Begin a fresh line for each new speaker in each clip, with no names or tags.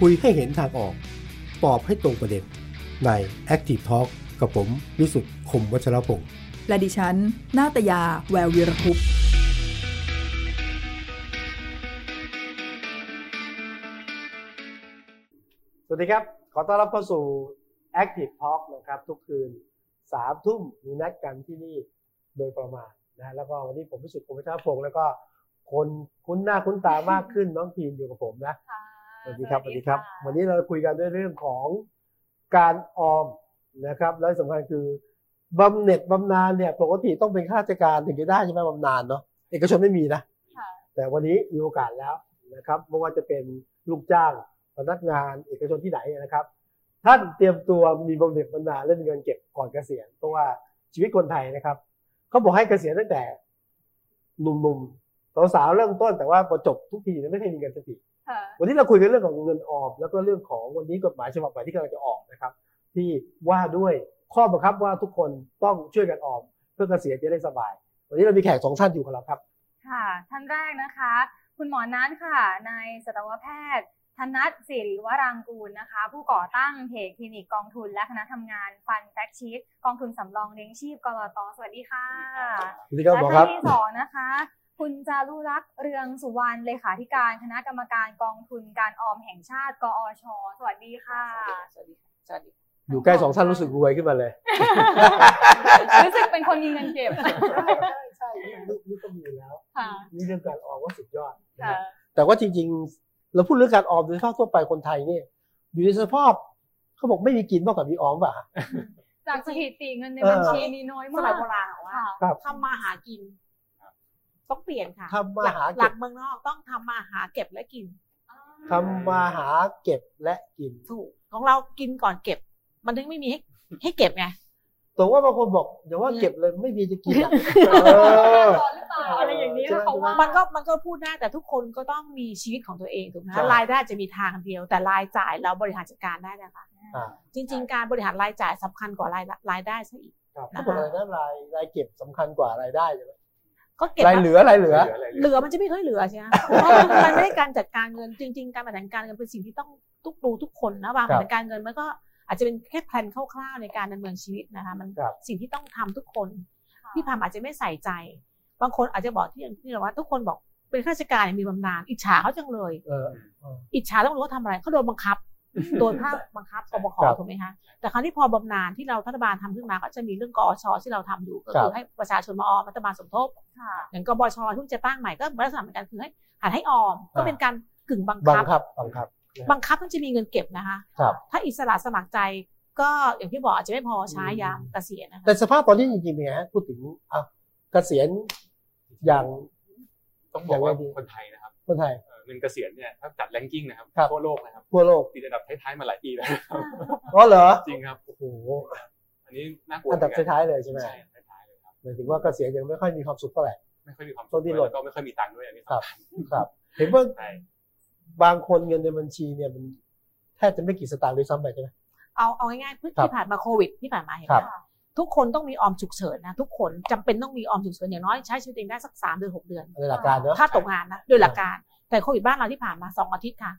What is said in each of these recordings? คุยให้เห็นทางออก ตอบให้ตรงประเด็น ใน Active Talk กับผมวิสุทธ์คมวัชรพงศ์
และดิฉัน นาตยา แวววีรคุปต์
สวัสดีครับ ขอต้อนรับเข้าสู่ Active Talk นะครับ ทุกคืนสามทุ่มมีนัดกันที่นี่โดยประมาณนะแล้วก็วันนี้ผมพิสุทธิ์ผมพิชาพงศ์แล้วก็คนคุ้นหน้าคุ้นตามากขึ้นน้องพีนอยู่กับผมนะสวัสดีครับสวัสดีครับ วันนี้เราคุยกันด้วยเรื่องของการออมนะครับ และสำคัญคือบำเหน็จบำนาญเนี่ยปกติต้องเป็นข้าราชการถึงจะได้ใช่ไหมบำนาญเนาะเอกชนไม่มีนะ
ค่ะ
แต่วันนี้มีโอกาสแล้วนะครับไม่ว่าจะเป็นลูกจ้างพนักงานเอกชนที่ไหนนะครับ ท่านเตรียมตัวมีบำเหน็จบำนาญเรื่องเงินเก็บก่อนเกษียณเพราะว่าชีวิตคนไทยนะครับเขาบอกให้เกษียณตั้งแต่หนุ่มๆสาวๆเริ่มต้นแต่ว่าพอจบทุกทีเนี่ยไม่เคยมีเงินสักที
ค่ะ
วันนี้เราคุยกันเรื่องของเงินออมแล้วก็เรื่องของวันนี้กฎหมายฉบับใหม่ที่กำลังจะออกนะครับ ที่ว่าด้วยข้อบังคับว่าทุกคนต้องช่วยกันออม เพื่อเกษียณจะได้สบาย วันนี้เรามีแขกสองท่านอยู่กับเราครับ
ค่ะ ท่านแรกนะคะ คุณหมอนัทค่ะนายสัตวแพทย์ ธนัทสิริวรางกูลนะคะ ผู้ก่อตั้งเพจคลินิกกองทุนและคณะทำงานฟันแฟกชีตกองทุนสำรองเลี้ยงชีพกรตสวัสดีค่ะ
สวัสดีครับหมอ
และ
ครับ
ท่านที่สองนะคะ คุณจารุรักษ์เรืองสุวรรณเลขาธิการคณะกรรมการกองทุนการออมแห่งชาติ กอช สวัสดีค่ะ
สวัสดีค่ะสวัสดีค่ะ
อยู่ใกล้สองท่านรู้สึกรวยขึ้นมาเลย
รู้สึกเป็นคนมีเงินเก็บ
ใช่ใช่ใช่นี่นี่นี่ก็มีแล้ว
ค่ะ
นี่เรื่องการออมว่าสุดยอดนะ
ค่ะ
ฮะแต่ว่าจริงๆ เราพูดเรื่องการออมโดยภาพทั่วไปคนไทยเนี่ยอยู่ในสภาพเขาบอกไม่มีกินมากกว่ามีออมป่ะ
จากสถิติเงินในบัญชีมีน้อย
ส
มา
มั
ก
ยโบราณบอกว่า
ค่ะ
ครับ
ทำมาหากิน ต้องเปลี่ยนค่ะ
ทำมาหาเก็บ
ลักหลักเมืองนอกต้องทำมาหาเก็บและกิน
ทำมาหาเก็บและกิน
ถูกของเรากินก่อนเก็บ มันถึงไม่ มีให้ให้เก็บไง
แต่ว่าบางคนบอกอย่าว่า
อืม
เก็บเลยไม่มีจะกินอะ
เอ
เออ
ก่อนหรือเปล่าอะไรอย่างนี้
ใช่ไหม
เขาว่า
มันก็มันก็พูดได้แต่ทุกคนก็ต้องมีชีวิตของตัวเองถูกไหม
ใช่
คะรายได้จะมีทางเดียว แต่รายจ่ายเราบริหารจัดการได้นะคะ
อ่า
จริง ๆ การบริหารรายจ่ายสำคัญกว่ารายรายได้ซะอีก
ครับ
นะคะ
เขาบอกอะไรนะรายรายเก็บสำคัญกว่ารายได้ใช่ไหม
ก็เก็บ
รายเหลือรายเหลือ
เหลือมันจะไม่ค่อยเหลือใช่ไหมเพราะมันมันไม่ได้การจัดการเงินจริง ๆ การบริหารการเงินเป็นสิ่งที่ต้องทุกดูทุกคนนะวาง
ค
แผ
รับ
นการเงินมันก็อาจจะเป็นแค่แผนคร่าวๆในการดำเนินชีวิตนะคะมัน
ครับ
สิ่งที่ต้องทำทุกคนพี่พามอาจจะไม่ใส่ใจ บางคนอาจจะบอกที่อย่างที่เราว่าทุกคนบอกเป็นข้าราชการเนี่ยมีบำนาญอิจฉาเขาจังเลย
เออ
อิจฉาแล้วไม่รู้ว่าทำอะไรเขาโดนบัง คับ โดนภาพบังคับกบข
ครับ
ถูกไหมคะแต่คราวนี้พอบำนาญที่เรารัฐบาลทำขึ้นมาก็จะมีเรื่องกอชที่เราทำอยู่ก็คือให้ประชาชนมาออมรัฐบาลสมทบ
ค่ะ
อย่างกบชเพิ่งจะตั้งใหม่ก็ลักษณะเหมือนกันคือให้หัดให้ออม ก็เป็นการกึ่งบัง
บัง
คับ
คับบังคับ
บังคับมันจะมีเงินเก็บนะคะ
ครับ
ถ้าอิสระสมัครใจก็อย่างที่บอกอาจจะไม่พอใช้
อืม
ยามเกษียณนะคะ
แต่สภาพตอนนี้จริงๆเป็นไงฮะพูดถึงอ่ะเกษียณอย่าง
ต้องบอกว่า
อย่างไรดี
คนไทยนะครับ
คนไทย
เอ่อเงินเกษียณเนี่ยถ้าจัดแรงกิ้งนะครับ
ครับ
ทั่วโลกนะครับ
ทั่วโลก
ติดอันดับท้ายๆมาหลายปีแล้วนะครับ
อ๋อเหรอ
จริงครับ
โอ้โห
อันนี้น่ากลัว
อันดับ
เหมืกั
ท้ายๆเลยใช่ไหม
ใช่ท้ายๆเลยครับ
หมายถึงว่าเกษียณยังไม่ค่อยมีความสุขเท่าไหร่
ไม่ค่อยมีความ
ต้
สุ
น
ข
ที่
ด้วย
หล่น
แล้วก็ไม่ค่อยมีตังค์ด้วยอันนี้
ครับ
สำคัญ
ครับ เห็นว่า
ใช่
บางคนเงินในบัญชีเนี่ยมันแทบจะไม่กี่สตางค์ด้วยซ้ำไปใช่ไหม
เอาเอาง่ายๆเพื่อ
ครับ
ที่ผ่านมาโควิดที่ผ่านมาเห็นไห
ครั
ม
บ
ทุกคนต้องมีออมฉุกเฉินนะทุกคนจำเป็นต้องมีออมฉุกเฉินอย่างน้อยใช้ชีวิตเองได้สักสามเดือนหกเดือน
ในหลักการเนอะ
ถ้าตกงานนะโดยหลักการ แต่โควิดบ้านเราที่ผ่านมาสองอาทิตย์ค่ะ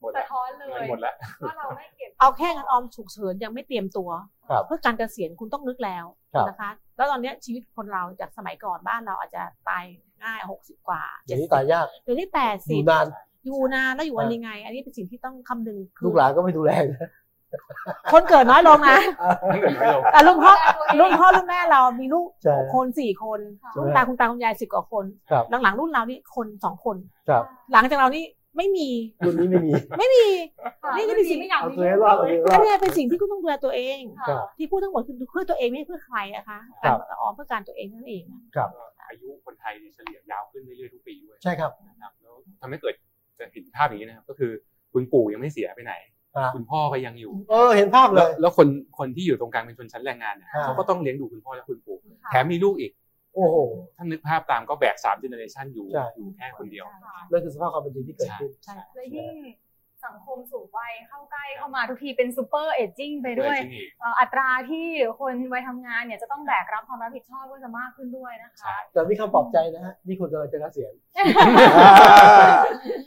หมด
สะ
แล้ว
ท้อนเลย
เงินหมดแล้ว
ว่าเราไม่เก็บ
เอาแค่เงินออมฉุกเฉินยังไม่เตรียมตัว
ครับ
เพื่อการเกษียณคุณต้องนึกแล้ว
ครับ
นะคะ แล้วตอนเนี้ยชีวิตคนเราจากสมัยก่อนบ้านเราอาจจะตายง่ายหกสิบกว่า
เดี๋ยวนี้ตายยาก
เดี๋ยวนี้แปด
อ
สิ
ยู่
บ
นาน
อยู่นานแล้วอยู่วัน
เออ
ยังไง อันนี้เป็นสิ่งที่ต้องคำนึงคื
ลูกหลานก็ไม่ดูแลนะ
คนเกิดน้อยลงนะ
เงินน้อยลง
แต่รุ่นพ่อรุ่นพ่อรุ่นแม่เรามีลูก
ใช่
หกคนสี่คน
ใช่
รุ่นตาคุณตาคุณยายสิบกว่าคน
ครับ
หลังๆรุ่นเรานี่คนสองคน
ครับ
หลังจากเรานี่ไม่มี
รุ่นนี้ไม่มี
ไม่มี นี่
นี่
ก็
ก็
มี
มี
สิ่
สิ่งไม่
ง
อยาก
เอา
มี
ตัวให้รอดเอาตัว
เลย
ให้รอด
ก็เนี่ยเป็นสิ่งที่คุณต้องดูแลตัวเอง
ครับ
ที่พูดทั้งหมดคือเพื่อตัวเองไม่ใช่เพื่อใครนะคะ
ครั
การ
บ
ออมเพื่อการตัวเองนั่นเองนะ
ก็อายุคนไทยเนี่ยเฉลี่ยยาวขึ้นเรื่อยๆทุกปีด้วย
ใช่ครับ
นะครับแล้วทำให้เกิดจะเห็นภาพอย่างนี้นะครับ ก็คือคุณปู่ยังไม่เสียไปไหน
อ่า
คุณพ่อก็ยังอยู่
เออเห็นภาพเล
แล้ว
ย
แล้วคนคนที่อยู่ตรงกลางเป็นชนชั้นแรงงานเนี่ย
อ่า
เขาก็ต้องเลี้ยงดูคุณพ่อและคุณปู่
ค่ะ
แถมมีลูกอีก
โอ้โห
ถ้านึกภาพตามก็แบกสามเจเนอเรชันอยู่
ใช่
อยู่แค่คนเดียว
ค่ะ
นั่นคือสภาพความเป็นจริงที่เกิดขึ้น
ใช่
และยิ่งสังคมสูงวัยเข้าใกล้เข้ามาทุกทีเป็นซูเปอร์เอจจิ้งไปด้วย
ที่นี่
เอ่ออัตราที่คนวัยทำงานเนี่ยจะต้องแบกรับความรับผิดชอบก็จะมากขึ้นด้วยนะ
ใช่
คะ
แต่มีคำปลอบใจนะฮะนี่คุณกำลังจะเกษียณ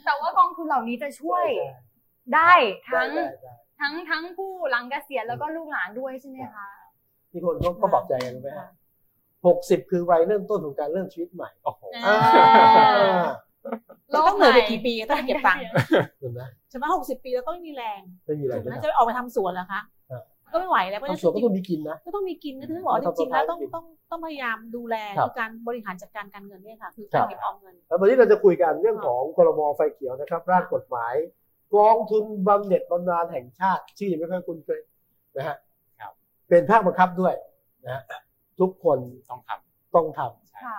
แต่ว่ากองทุนเหล่านี้จะช่วย ได้ทั้ง
ได้ได้ได้
ทั้งทั้งผู้หลังเกษียณแล้วก็ลูกหลานด้วยใช่ไหมคะ
ที่คนก็ก็บอกใจกันไหมหกสิบคือวัยเริ่มต้นของการเริ่มชีวิตใหม่
โอ้โห
อ่า
เราต้องเหนื่อยไปกี่ปีต้องเก็บตังค์
ถูกไหม
ใช่ไหมหกสิบปีแล้วก็ไม่มีแรง
ไม่มีอะไรนะ
แล้วจะออกไปทำสวนเหรอคะ
ครับ
ก็ไม่ไหวแล้วเพราะฉะ
ทำสวนก็ต้อง
จริ
มีกินนะ
ๆก็ต้องมีกินก็ถึงบอกว่าจริงๆแล้วต้อง
ต้อง
ต้องต้องพยายามดูแล
ครับ
คือการบริหารจัดการการเงินเนี่ยค่ะ คือ
ครั
การ
บ
เก็บออมเงิน
แล้ววันนี้เราจะคุยกันเรื่องของกรมไฟเขียวนะครับ ร่างกฎหมาย กองทุนบำเหน็จบำนาญแห่งชาติ ชื่อยังไม่ค่อยคุ้นเคยนะฮะ
ครับ
เป็นภาคบังคับด้วยนะฮะทุกคน
ต้องท
ต้องทำ
ค่ะ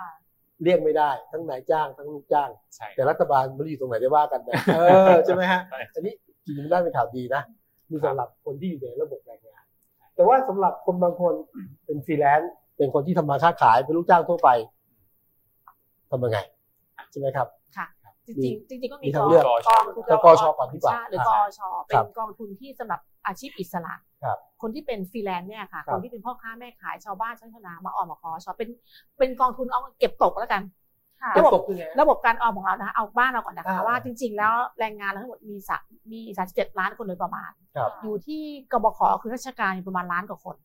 เรียกไม่ได้ ทั้งนายจ้างทั้งลูกจ้าง
ำใช่
แต่รัฐบาลไมันอยู่ตรงไหนได้ว่ากัน นะเออใช่ไหมฮะ
ใช่
อันนี้จริงๆได้เป็นข่าวดีนะมี
ครับ
สำหรับคนที่อยู่ในระบบแรงงาน แต่ว่าสำหรับคนบางคนเป็นฟรีแลนซ์เป็นคนที่ทำมาค้าขายเป็นลูกจ้างทั่วไปทำยังไงใช่ไหมครับ
จริงๆจริงๆก็
มี
มี
ทาก ง
อง
เลือก
กอง
แต่กชก่อนดีกว่า
หรือกอชเป็
ครั
น
บ
กองทุนที่สำหรับอาชีพอิสระ
ครับ
นที่เป็นฟรีแลนซ์เนี่ยค่ะ
ครับ
คนที่เป็นพ่อค้าแม่ขายชาวบ้านชาวนามาออมมาขอชเป็นเป็นกองทุนเอาเก็บตกแล้วกัน
ค่ะ
ระบบ
ตกยังไง
ระบบการออมของเรานะคะเอาบ้านเราก่อนนะคะ
อ่า
ว่าจริง ๆ แล้วแรงงานเราทั้งหมดมีสักมีสามสิบเจ็ดล้านคนโดยประมาณ
ครับ
อยู่ที่กบขคือราชการอยู่ประมาณล้านกว่าคน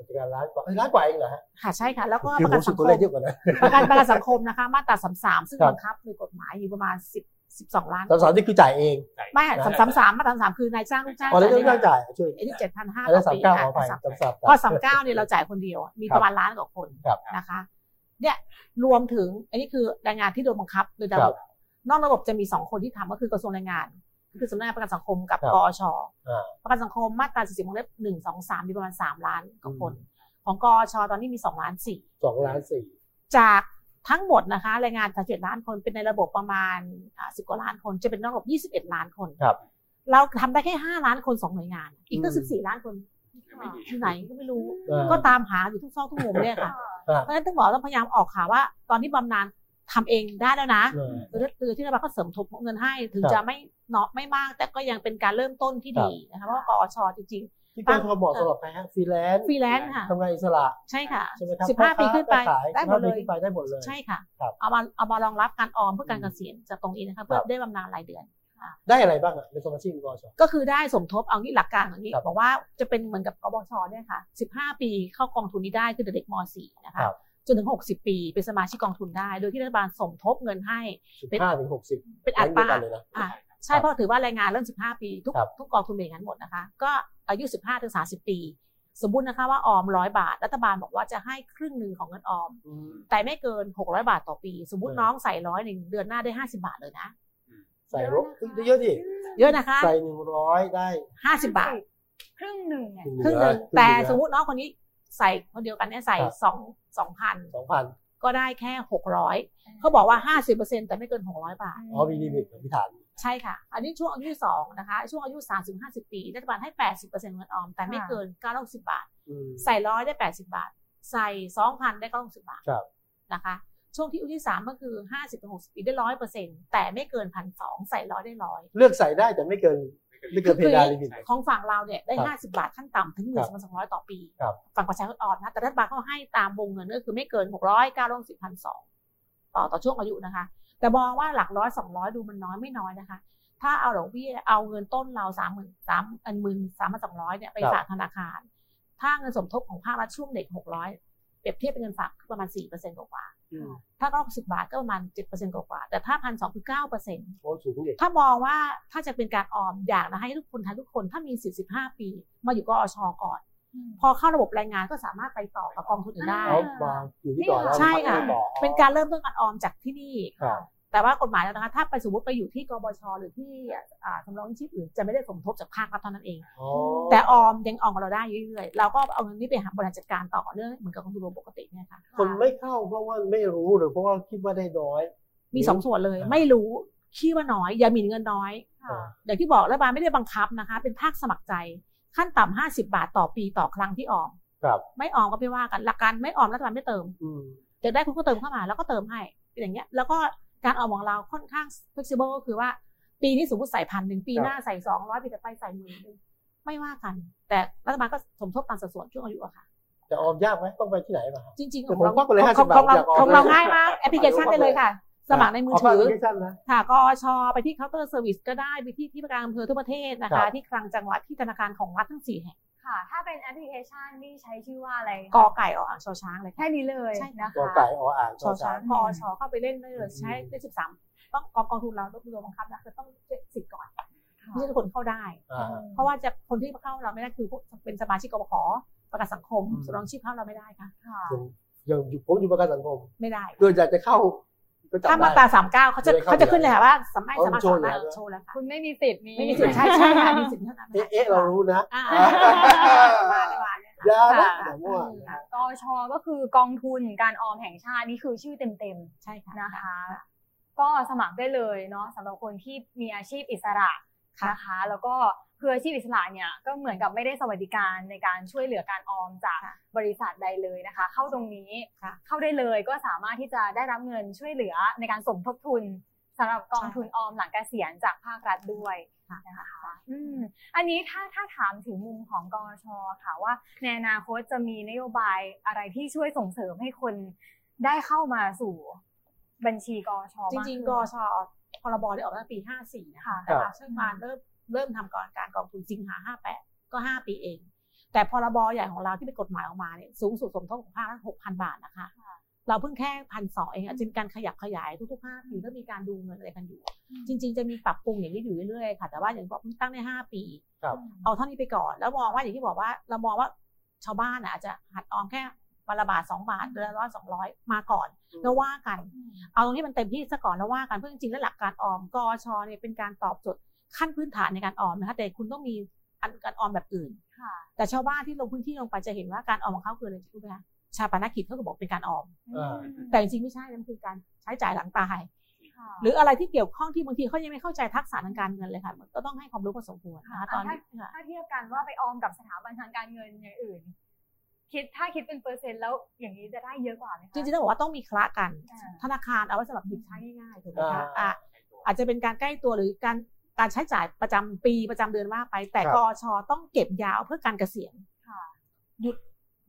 กิจการร้านกว่าเอ้ยร้านกว่าเองเหรอฮะ
ค่ะใช่ค่ะ แล้วก็
คือ
ป
ผ
ระกัน
มสุ
สั
ด
งค
ตัวเล
ม
ขเยอะกว่านะ
ประกันประกันสังคมนะคะ มาตราสามสามซึ่ง
ครับ
บังคับโดยกฎหมายอยู่ประมาณสิบสิบสองล้าน
สามสามนี่คือจ่ายเอง
ไม่สามสามสามมาตราสามคือนายจ้างลูกจ้าง
อ๋อแล้ว
จ่าย
เรื่
ได้
องจ้างจ่ายช่วย
ไอ้ที่เจ็ดพันห้า
อันนั้นสามเก้าขอไป
สาม
สามสาม
พอสามเก้าเนี่ยเราจ่ายคนเดียวมี
ครับ
ประมาณล้านกว่าคน
ครับ
นะคะเนี่ยรวมถึงอันนี้คือแรงงานที่โดนบังคับโดยระ
ค
บ
รั
บบ นอกระบบจะมีสองคนที่ทำก็คือกระทรวงแรงงานก็คือสำนักงานประกันสังคมกับ
ครับ
กอช
อ่า
ประกันสังคมมาตราสี่สิบวงเล็บหนึ่งสองสามมีประมาณสามล้านกว่าคน ของกอชตอนนี้มีสองล้านสี่
สองล้านสี่
จากทั้งหมดนะคะแรงงานสาเจ็ดล้านคนเป็นในระบบประมาณสิบกว่าล้านคนจะเป็นนอกระบบยี่สิบเอ็ดล้านคน
ครับ
เราทำได้แค่ห้าล้านคนสองหน่วยงาน อีกตั้ง
อืม
สิบสี่ล้านคน
ยังไม่ดี
อยู่ไหนก็ไม่รู้
เออ
ก็ตามหาอยู่ทุกซอกทุกมุมเนี่ย ค่ะ
อ่า
เพราะฉะนั้นต้องบอกว่าต้องพยายามออกข่าวว่า ตอนนี้บำนาญทำเองได้แล้วนะ
เออ
หรือคือที่รัฐบาลก็เสริมทบเงินให้ถึง
ครับ
จะไม่เนาะไม่มาก แต่ก็ยังเป็นการเริ่มต้นที่
ครับ
ดีนะคะเพราะว่ากอชจริง
ที่
ตั้
กอง งทุนบอกสำหรับใครฮะฟรีแลนซ์
ๆฟรีแลนซ์ค่ะ
ทำงานอิสระ
ใช่ค่ะ
ใช่ไหมครับ
สิบห้าปีขึ้นไป
พ่อค้าแม่ขาย
ได้หมดเล
สิบห้าปีขึ้น
ย
ไปได้หมดเลย
ใช่ค่ะ
ครับ
เอามาเอามารองรับการออมเพื่อการเกษียณจากตรงนี้นะคะเพื่อ
ครับ
ได้บำนาญรายเดือน
ได้อะไรบ้างอะในสมาชิกกช
ก็คือได้สมทบเอางี้หลักการอย่างนี้
ครับ
บอกว่าจะเป็นเหมือนกับกบชเนี่ยค่ะ 15 ปีเข้ากองทุนนี้ได้คือเด็กม .4 นะคะ
ครับ
จนถึง 60 ปีเป็นสมาชิกกองทุนได้ โดยที่รัฐบาลสมทบเงินให้
สิบ
เป็น
ห้าถึงหกสิบ
เป็นอัตรา
เลยนะ
อ่ะ ใช่เพราะถือว่าแรงงานเริ่ม 15 ปีทุก
ครับ
ทุกกองทุนเป็นอย่างนั้นหมดนะคะ ก็อายุ 15ถึง30 ปี สมมตินะคะว่าออม 100 บาท รัฐบาลบอกว่าจะให้ครึ่งหนึ่งของเงินออม
อืม
แต่ไม่เกิน 600 บาทต่อปี สมมติ
เออ
น้องใส่ร้อยหนึ่งเดือนหน้าได้ 50 บาทเลยนะ
ใส่รถเยอะดิ
เยอะนะคะ
ใส่หนึ่งร้อยได้
50 บาท
ครึ่งหนึ่งเนี่ย
ครึ่งหนึ่งแต่สมมติน้องคนนี้ใส่คนเดียวกันเนี่ยใส่สองสองพัน
สองพัน
ก็ได้แค่หกร้อยเขาบอกว่าห้าสิบเปอร์เซ็นแต่ไม่เกินหกร้อยบาท
อ๋อมีลิมิตของพิธาน
ใช่ค่ะ อันนี้ช่วงอายุสองนะคะ ช่วงอายุสามสิบห้าสิบปีรัฐบาลให้แปดสิบเปอร์เซ็นเงินออม แต่ไม่
ค่ะ
เกินเก้าร้อยสิบบาท
อืม
ใส่ร้อยได้แปดสิบาท ใส่สองพันได้เก้าร้อยสิบบาท
ครับ
นะคะ ช่วงที่อายุที่สามก็คือห้าสิบถึงหกสิบปีได้ร้อยเปอร์เซ็นแต่ไม่เกินพันสองใส่ร้อยได้ร้อย
เลือกใส่ได้แต่ไม่เกิน ไม่เกินเพดานลิมิต
ของฝั่งเราเนี่ยได้
ครับ
50 บาทขั้นต่ำถึง 1 2 2 0 0 ต่อปี
ครับ
ฝั่งประชาชนอ่อนนะแต่รัฐบาลเขาให้ตามวงเงินก็คือไม่เกิน 600 900 10 2ต่อต่อช่วงอายุนะคะ แต่มองว่าหลักร้อย200 ดูมันน้อยไม่น้อยนะคะ ถ้าเอาดอกเบี้ยเอาเงินต้นเรา 3 0 0 0 0 3อันหมื่น3,200เนี่ยไปฝากธนาคาร ถ้าเงินสมทบของภาครัฐช่วงเด็ก 600 เปรียบเทียบเป็นเงินฝากประมาณ 4%กว่า
อืม
ๆถ้า90บาทก็ประมาณ 7%กว่าๆแต่ถ้า1,200คือ9%
โอ้สูงเด็ก
ถ้ามองว่าถ้าจะเป็นการออมอยากนะให้ทุกคนไทยทุกคนถ้ามี 45 ปี มาอยู่กอชก่อน พอเข้าระบบแรงงานก็สามารถไปต่อกับกองทุนอื่นได้
เอามาอยู่ที่ต่อแล้ว
ใช่ค่ะ
ไม่ต่อ
เป็นการเริ่มต้นการออมจากที่นี่
ครับ
แต่ว่ากฎหมายแล้วนะคะถ้าไปสมมติไปอยู่ที่กบช หรือที่อ่าสำรองชีพอื่นจะไม่ได้สมทบจากภาครัฐเท่านั้นเอง
อ๋อ
แต่ออมยังออมกับเราได้เรื่อยๆเราก็เอาเงินนี้ไปหาบริหารจัดการต่อเนื่องเหมือนกับกองทุนรวมปกติเนี่ยค่ะ
คนไม่เข้าเพราะว่าไม่รู้หรือเพราะว่าคิดว่าได้น้อย
มีสองส่วนเลยไม่รู้คิดว่าน้อยอย่าหมิ่นเงินน้อย
ค่ะ
อย่างที่บอกรัฐบาลไม่ได้บังคับนะคะ เป็นภาคสมัครใจ ขั้นต่ำห้าสิบาทต่อปีต่อครั้งที่ออม
ครับ
ไม่ออมก็ไม่ว่ากันหลักการไม่ออมรัฐบาลไม่เติม
อืม
จะได้คุณก็เติมเข้ามาแล้วก็เติมให้เป็นอย่างเงี้ย แล้วก็การออมของเราค่อนข้าง flexible ก็คือว่า ปีนี้สมมติใส่พันหนึ่งปี
ครับ
หน้าใส่สองร้อยปีต่อไปใส่หมื่นหนึ่งไม่ว่ากัน แต่รัฐบาลก็สมทบตามสัดส่วนช่วงอายุอะค่ะ
แต่ออมยากไหมต้องไปที่ไหนมา
จริงๆ
ผมควักไปเลย
ของ
50
ของเรา
อยากออม
ของเรา
เลย
ง่ายมากแอปพลิเคชัน
ผมควัก
ได้เลย
เลย
ค่ะ สมัครในมือ
อ
ถื
แอปพ
อ
ลิเคชันนะ
ค่ะกอชไปที่เคาน์เตอร์เซอร์วิสก็ได้ไปที่ที่ประการอำเภอทั่วประเทศนะ
ครั
คะ
บ
ที่คลังจังหวัดที่ธนาคารของรัฐทั้งสี่แห่ง
ค่ะ ถ้าเป็นแอปพลิเคชันนี่ใช้ชื่อว่าอะไร
กอไก่ออ่างชอช้างเลย
แค่
ค่ะ
นี้เลย
ใช่
นะ
กอ
คะ
ไก่ออ่าง
ช
ช
อ
อ
ช้า
ช้าง ง
กอชอเข้าไปเล่นได้เลยใช้ได้สิบสามต้องกองกองทุนเราลดรวมบังคับนะคือต้องเจ็ดสิบก่อน
ค่ะ
ไม่ใช่ทุกคนเข้าได้
อ่า
เพราะว่าจะคนที่เข้าเราไม่ได้คือพวกเป็นสมาชิกกบขประกันสังคม
อืม
สำรองชีพเข้าเราไม่ได้ค่ะ
ค่ะ
อย่างอยู่ผมอยู่ประกันสังคม
ไม่ได้
โดยอยากจะเข้าก็จับ
ถ้ามา
ได้
ตราสามเก้าเขาจะ
ไม่ได้เข้า
เขาจะขึ้นเลยค่ะว่าสามารถ
เอา
สามารถ
โชว์
สามารถ
อยู่แล้ว
โชว์แล้วค่ะ
คุณไม่มีสิทธิ์นี้
ไม่มีสิทธิ์ใช่ใช่ค่ะมีสิทธิ์เท่านั้น
เอ๊ะเอ๊ะเรารู้นะ
อ่า
อ่า
มาได้มาเนี่ยค่ะ
อยา
ค่ะ
นะอย่ามั่วนะ
กอชก็คือกองทุนการออมแห่งชาตินี่คือชื่อเต็ม
ใช่ค่ะ
ๆนะคะ ก็สมัครได้เลยเนาะสำหรับคนที่มีอาชีพอิสระนะคะ แล้วก็คืออาชีพอิสระเนี่ยก็เหมือนกับไม่ได้สวัสดิการในการช่วยเหลือการออมจาก
ค่ะ
บริษัทใดเลยนะคะ เข้าตรงนี้
ค่ะ
เข้าได้เลยก็สามารถที่จะได้รับเงินช่วยเหลือในการสมทบทุนสำหรับกองทุนออมหลังเกษียณจากภาครัฐด้วย นะคะอืมอันนี้ถ้าถ้าถามถึงมุมของกอชค่ะว่าในอนาคตจะมีนโยบายอะไรที่ช่วยส่งเสริมให้คนได้เข้ามาสู่บัญชีกอช
จริงๆก
มา
อ
ขึ้น
ชพรบได้ออกตั้งแต่ปี 54 นะคะ
ค่ะ
แต่
ครั
มา
บ
เชิ่งมาเริ่มเริ่มทำก่อนการกองทุนสิงหา 58 ก็ 5 ปีเอง แต่พรบใหญ่ของเราที่เป็นกฎหมายออกมาเนี่ยสูงสุดสมทบของภาครัฐ6,000 บาทนะคะ เราเพิ่งแค่พันสองเองอะจะมีการขยับขยายทุกๆห้าปีก็มีการดูเงินอะไรกันอยู่
อืม
จริง ๆ จะมีปรับปรุงอย่างนี้อยู่เรื่อยๆค่ะ แต่ว่าอย่างที่บอกเพิ่งตั้งได้ห้าปี
ครับ
เอาเท่านี้ไปก่อน แล้วมองว่าอย่างที่บอกว่าเรามองว่าชาวบ้านน่ะอาจจะหัดออมแค่วันละบาทสองบาทเดือนละร้อยสองร้อยมาก่อน
อืม
แล้วว่ากัน เอาตรงที่มันเต็มที่ซะก่อนแล้วว่ากันเพราะจริงๆแล้วหลักการออมกอชเนี่ยเป็นการตอบโจทย์ขั้นพื้นฐานในการออมนะคะแต่คุณต้องมีอันการออมแบบอื่น
ค่ะ
แต่ชาวบ้านที่ลงพื้นที่ลงไปจะเห็นว่าการออมของเขาคืออะไรรู้ไหมคะชาปนกิจเขาก็บอกเป็นการออม
เออ
แต่จริงๆไม่ใช่นะมันคือการใช้จ่ายหลังตาย
ค่ะ
หรืออะไรที่เกี่ยวข้องที่บางทีเขายังไม่เข้าใจทักษะทางการเงินเลยค่ะมันก็ต้องให้ความรู้พอสมควรนะคะตอนนี้ค่ะ
ถ้าเทียบกันว่าไปออมกับสถาบันทางการเงินอย่างอื่น คิดถ้าคิดเป็นเปอร์เซ็นต์แล้วอย่างนี้จะได้เยอะกว่าไหมคะ
จริงๆต้องบอกว่าต้องมีคละกัน
อ่า
ธนาคารเอาไว้สำหรับหยิบใช้ง่ายๆถูกไหมคะ
อ่า
อ่ะอาจจะเป็นการใกล้ตัวหรือการการใช้จ่ายประจำปีประจำเดือนว่าไป แต่
ครับ
กอชต้องเก็บยาวเพื่อการเกษียณ
ค่ะ
หยุด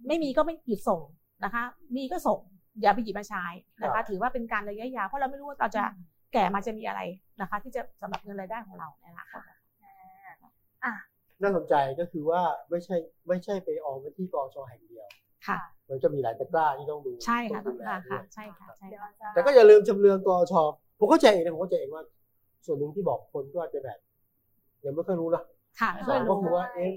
ไม่มีก็ไม่หยุดส่งนะคะ มีก็ส่งอย่าไปหยิบมาใช้นะ
ครั
คะ
บ
ถือว่าเป็นการระยะยาวเพราะเราไม่รู้ว่าเราจะแก่มาจะมีอะไรนะคะ ที่จะสำหรับเงินรายได้ของเราในอนาคต
น่าสนใจก็คือว่าไม่ใช่ไม่ใช่ไปออมไว้ที่กอชแห่งเดียว
ค่ะ
มันจะมีหลายตะกร้าที่ต้องดู
ใช่ค่ะ
ต้องดูแลด้ว
ค่ะค่ะ
ย
ใช่ค่ะใช่
เดี๋ยว
ค่ะ
จะ
แต่ก็อย่าลืมชำเลืองกอชผมเข้าใจเองนะผมเข้าใจเองว่า ส่วนหนึ่งที่บอกคนก็อาจจะแบบยังไม่ค่อยรู้นะ
ค่ะ
ส
เค
อย งก็
รู้
คือว่าเอ๊ะ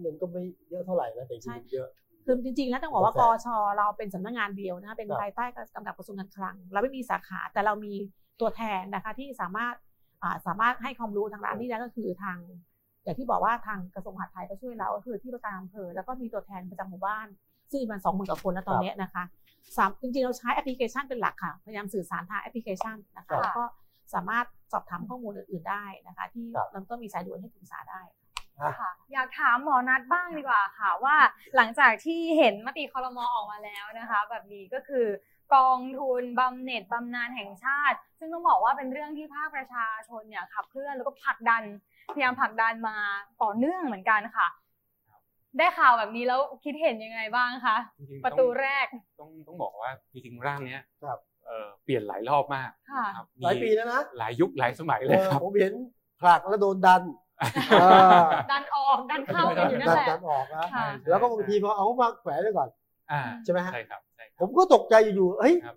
เงินก็ไม่เยอะเท่าไหร่นะแต่จริงๆเยอะ
คือจริงๆ แล้วต้องบอกว่า
ค
ก
รับ
อชเราเป็นสำนักงานเดียวนะคะเป็น
ครับ
ภายใต้กำกับกระทรวงการคลัง เราไม่มีสาขาแต่เรามีตัวแทนนะคะที่สามารถอ่าสามารถให้ความรู้ทางด้านนี้ได้ก็คือทางอย่างที่บอกว่าทางกระทรวงมหาดไทยก็ช่วยเราก็คือที่ประจำอำเภอแล้วก็มีตัวแทนประจำหมู่บ้าน ซึ่งมีประมาณสองหมื่นกว่าคนแล้วตอนเนี้ยนะคะสามจริงๆ เราใช้แอปพลิเคชันเป็นหลักค่ะพยายามสื่อสารทางแอปพลิเคชันนะคะแล้วก็สามารถสอบถามข้อมูลอื่นๆได้นะคะ ที่
ครับ
เราก็มีสายด่วนให้ปรึกษา ได้
ค่ะอยากถามหมอนัดบ้างดีกว่าค่ะว่าหลังจากที่เห็นมติคอรมอออกมาแล้วนะคะ แบบนี้ก็คือกองทุนบำเหน็จบำนาญแห่งชาติ ซึ่งต้องบอกว่าเป็นเรื่องที่ภาคประชาชนเนี่ยขับเคลื่อนแล้วก็ผลักดันพยายามผลักดันมาต่อเนื่องเหมือนกันค่ะ ได้ข่าวแบบนี้แล้วคิดเห็นยังไงบ้างคะ
จงๆ
ประตู
อง
แรก
ต้องต้องบอกว่าจริงๆร่างเนี้ย
ครับ
เอ่อเปลี่ยนหลายรอบมาก
ค่ะ
ครับมี
หลายปีแล้วนะ
หลายยุคหลายสมัยเล
เอย อ
ครับ
ผมเห็นผลักแล้วโดนดัน เออ
ดันออกดันเข้ากันอยู่นั่น
ดั
แหละ
ดันออกนะ
ค่ะ
แล้วก็บางทีพอเอามาแขวนไว้ก่อน
อ่า
ใช่ไหมฮะ
ใช่ครับใช่ค
ผ
รับ
มก็ตกใจอยู่ๆเฮ้ย
ครับ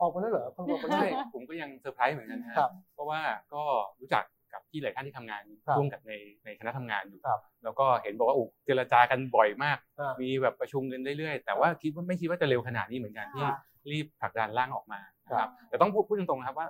ออกมาแล้วเหรอพอออกมาแล้ว
ใช่
เหรอ
ผมก็ยังเซอร์ไพรส์เหมือนกันนะครับ เพราะว่าก็รู้จักกับที่หลายท่านที่ทำงาน
ครับ
ร่วมกับในในคณะทำงานอยู่
ครับ
แล้วก็เห็นบอกว่าโอ้เจรจากันบ่อยมาก
ครับ
มีแบบประชุมกันเรื่อยๆ แต่ว่าคิดว่าไม่คิดว่าจะเร็วขนาดนี้เหมือนกันที่รีบผลักดันร่างออกมานะครับแต่ต้องพูดพูดตรงๆนะครับว่า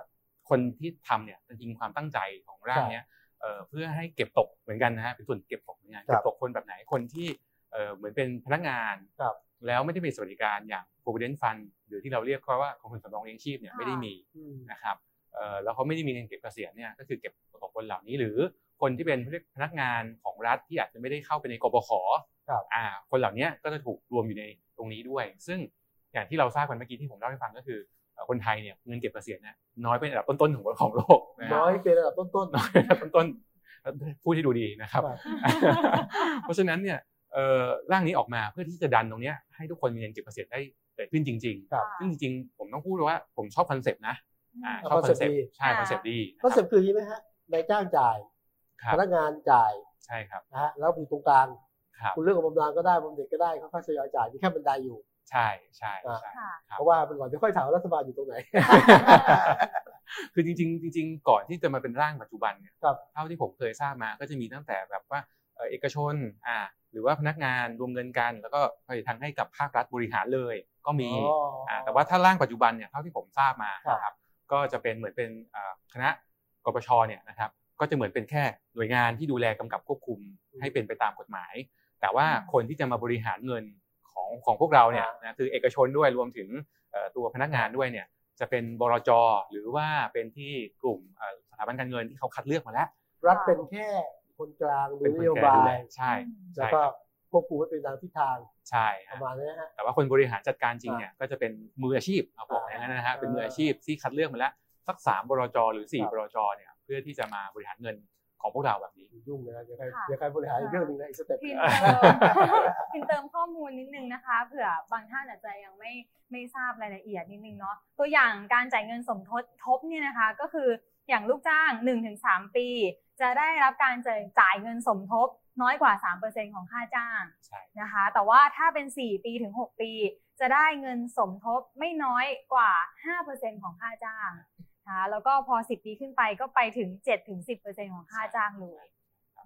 คนที่ทำเนี่ยจริงๆความตั้งใจของร่างเนี้ยเอ่อเพื่อให้เก็บตกเหมือนกันนะฮะเป็นส่วนเก็บตกเหมือนกัน
ครับ
เก็บตกคนแบบไหนคนที่เอ่อเหมือนเป็นพนักงาน
ครับ
แล้วไม่ได้มีสวัสดิการอย่าง provident fund หรือที่เราเรียกว่าของคนสำรองเลี้ยงชีพเนี่ยไม่ได้มี
อืม
นะครับเอ่อแล้วเขาไม่ได้มีเงินเก็บเกษียณเนี่ยก็คือเก็บตกคนเหล่านี้ หรือคนที่เป็นเรียกพนักงานของรัฐที่อาจจะไม่ได้เข้าไปในกบข
ครับ
อ่าคนเหล่านี้ก็จะถูกรวมอยู่ในตรงนี้ด้วย ซึ่งอย่างที่เราทราบกันเมื่อกี้ที่ผมเล่าให้ฟังก็คือเอ่อคนไทยเนี่ยเงินเก็บเกษียณเนี่ยน้อยเป็นอันดับต้นๆของของโลกนะครั
น้
บ
อยเป็นระดับต้นๆ
น้อยเป็นอันดับต้นๆพูดให้ดูดีนะครับ เพราะฉะนั้นเนี่ยเอ่อร่างนี้ออกมาเพื่อที่จะดันตรงเนี้ยให้ทุกคนมีเงินเก็บเกษียณได้เกิดขึ้นจริง
ครับ
ๆซึ่งจริงๆผมต้องพูดเลยว่าผมชอบคอนเซปต์นะ อ่า
อ่า
ชอบคอนเซ็ป
concept
ต์
ดี
ใช่คอนเซ็ปต์ดี
ก็เสร็จคืออย่างนี้ไหมฮะนายจ้างจ่าย
ครับ
พนักงานจ่าย
ใช่ครับ
นะฮะแล้วมีตรงกลาง
ครับ
คุณเลือกกับบำนาญก็ได้บำเหน็จก็ได้ค่อยๆทยอยจ่ายมีแค่บันไดอยู่
ใช่ใช่ใช่
ค่ะ
ครับ
เพราะว่าเป็นก่อนจะค่อยถามว่ารัฐบาลอยู่ตรงไหน
คือจริงๆจริงๆก่อนที่จะมาเป็นร่างปัจจุบันเนี่ย
ครับ
เท่าที่ผมเคยทราบมาก็จะมีตั้งแต่แบบว่าเอ่อเอกชนอ่าหรือว่าพนักงานรวมเงินกัน แล้วก็ไปทางให้กับภาครัฐบริหารเลย ก็มี่าแต่ว่าถ้าร่างปัจจุบันเนี่ยเท่าที่ผมทราบมา
ครับ
นะครับก็จะเป็นเหมือนเป็นอ่าคณะกปชเนี่ยนะครับก็จะเหมือนเป็นแค่หน่วยงานที่ดูแลกำกับควบคุมให้เป็นไปตามกฎหมาย แต่ว่าคนที่จะมาบริหารเงินของของพวกเราเนี่ยนะคือเอกชนด้วยรวมถึงเอ่อตัวพนักงานด้วยเนี่ยจะเป็นบรจหรือว่าเป็นที่กลุ่มเอ่อสถาบันการเงินที่เขาคัดเลือกมาแล้ว
รัฐเป็นแค่คนกลางดู
เป็น
น
คน
โย
แก่
บา
ดูแล
ย
ใช่
แล้
ใช่
ว
ค
ก็
รับ
ควบคุมให้เป็นตามทิศทาง
ใช่
ป
ฮะ
ระมาณนี้นะฮะ
แต่ว่าคนบริหารจัดการจริงเนี่ยก็จะเป็นมืออาชีพเอาบอกอย่างนั้นนะฮะ
อ่า
เป็นมืออาชีพที่คัดเลือกมาแล้วสักสามบรจหรือสี่
ครับ
บรจเนี่ยเพื่อที่จะมาบริหารเงินของพวกเราแบบนี้
ยุ่งเลยนะเดี๋ยวใคร
ค่ะ
เดี๋ยวใครบริหารอีกเรื่องหนึงนะอีกสเต็ป
พิน
นะ
เติม พินเติมข้อมูลนิดนึงนะคะเผื่อบางท่านอาจจะยังไม่ไม่ทราบรายละเอียดนิดนึงเนาะตัวอย่างการจ่ายเงินสมทบทบเนี่ยนะคะ ก็คืออย่างลูกจ้าง 1-3 ปี จะได้รับการจ่ายจ่ายเงินสมทบน้อยกว่า 3%ของค่าจ้าง
ใช่
นะคะ แต่ว่าถ้าเป็น 4 ปีถึง 6 ปี จะได้เงินสมทบไม่น้อยกว่า 5%ของค่าจ้างนะคะแล้วก็พอ 10 ปีขึ้นไปก็ไปถึง 7-10%ของค่าจ้างเลย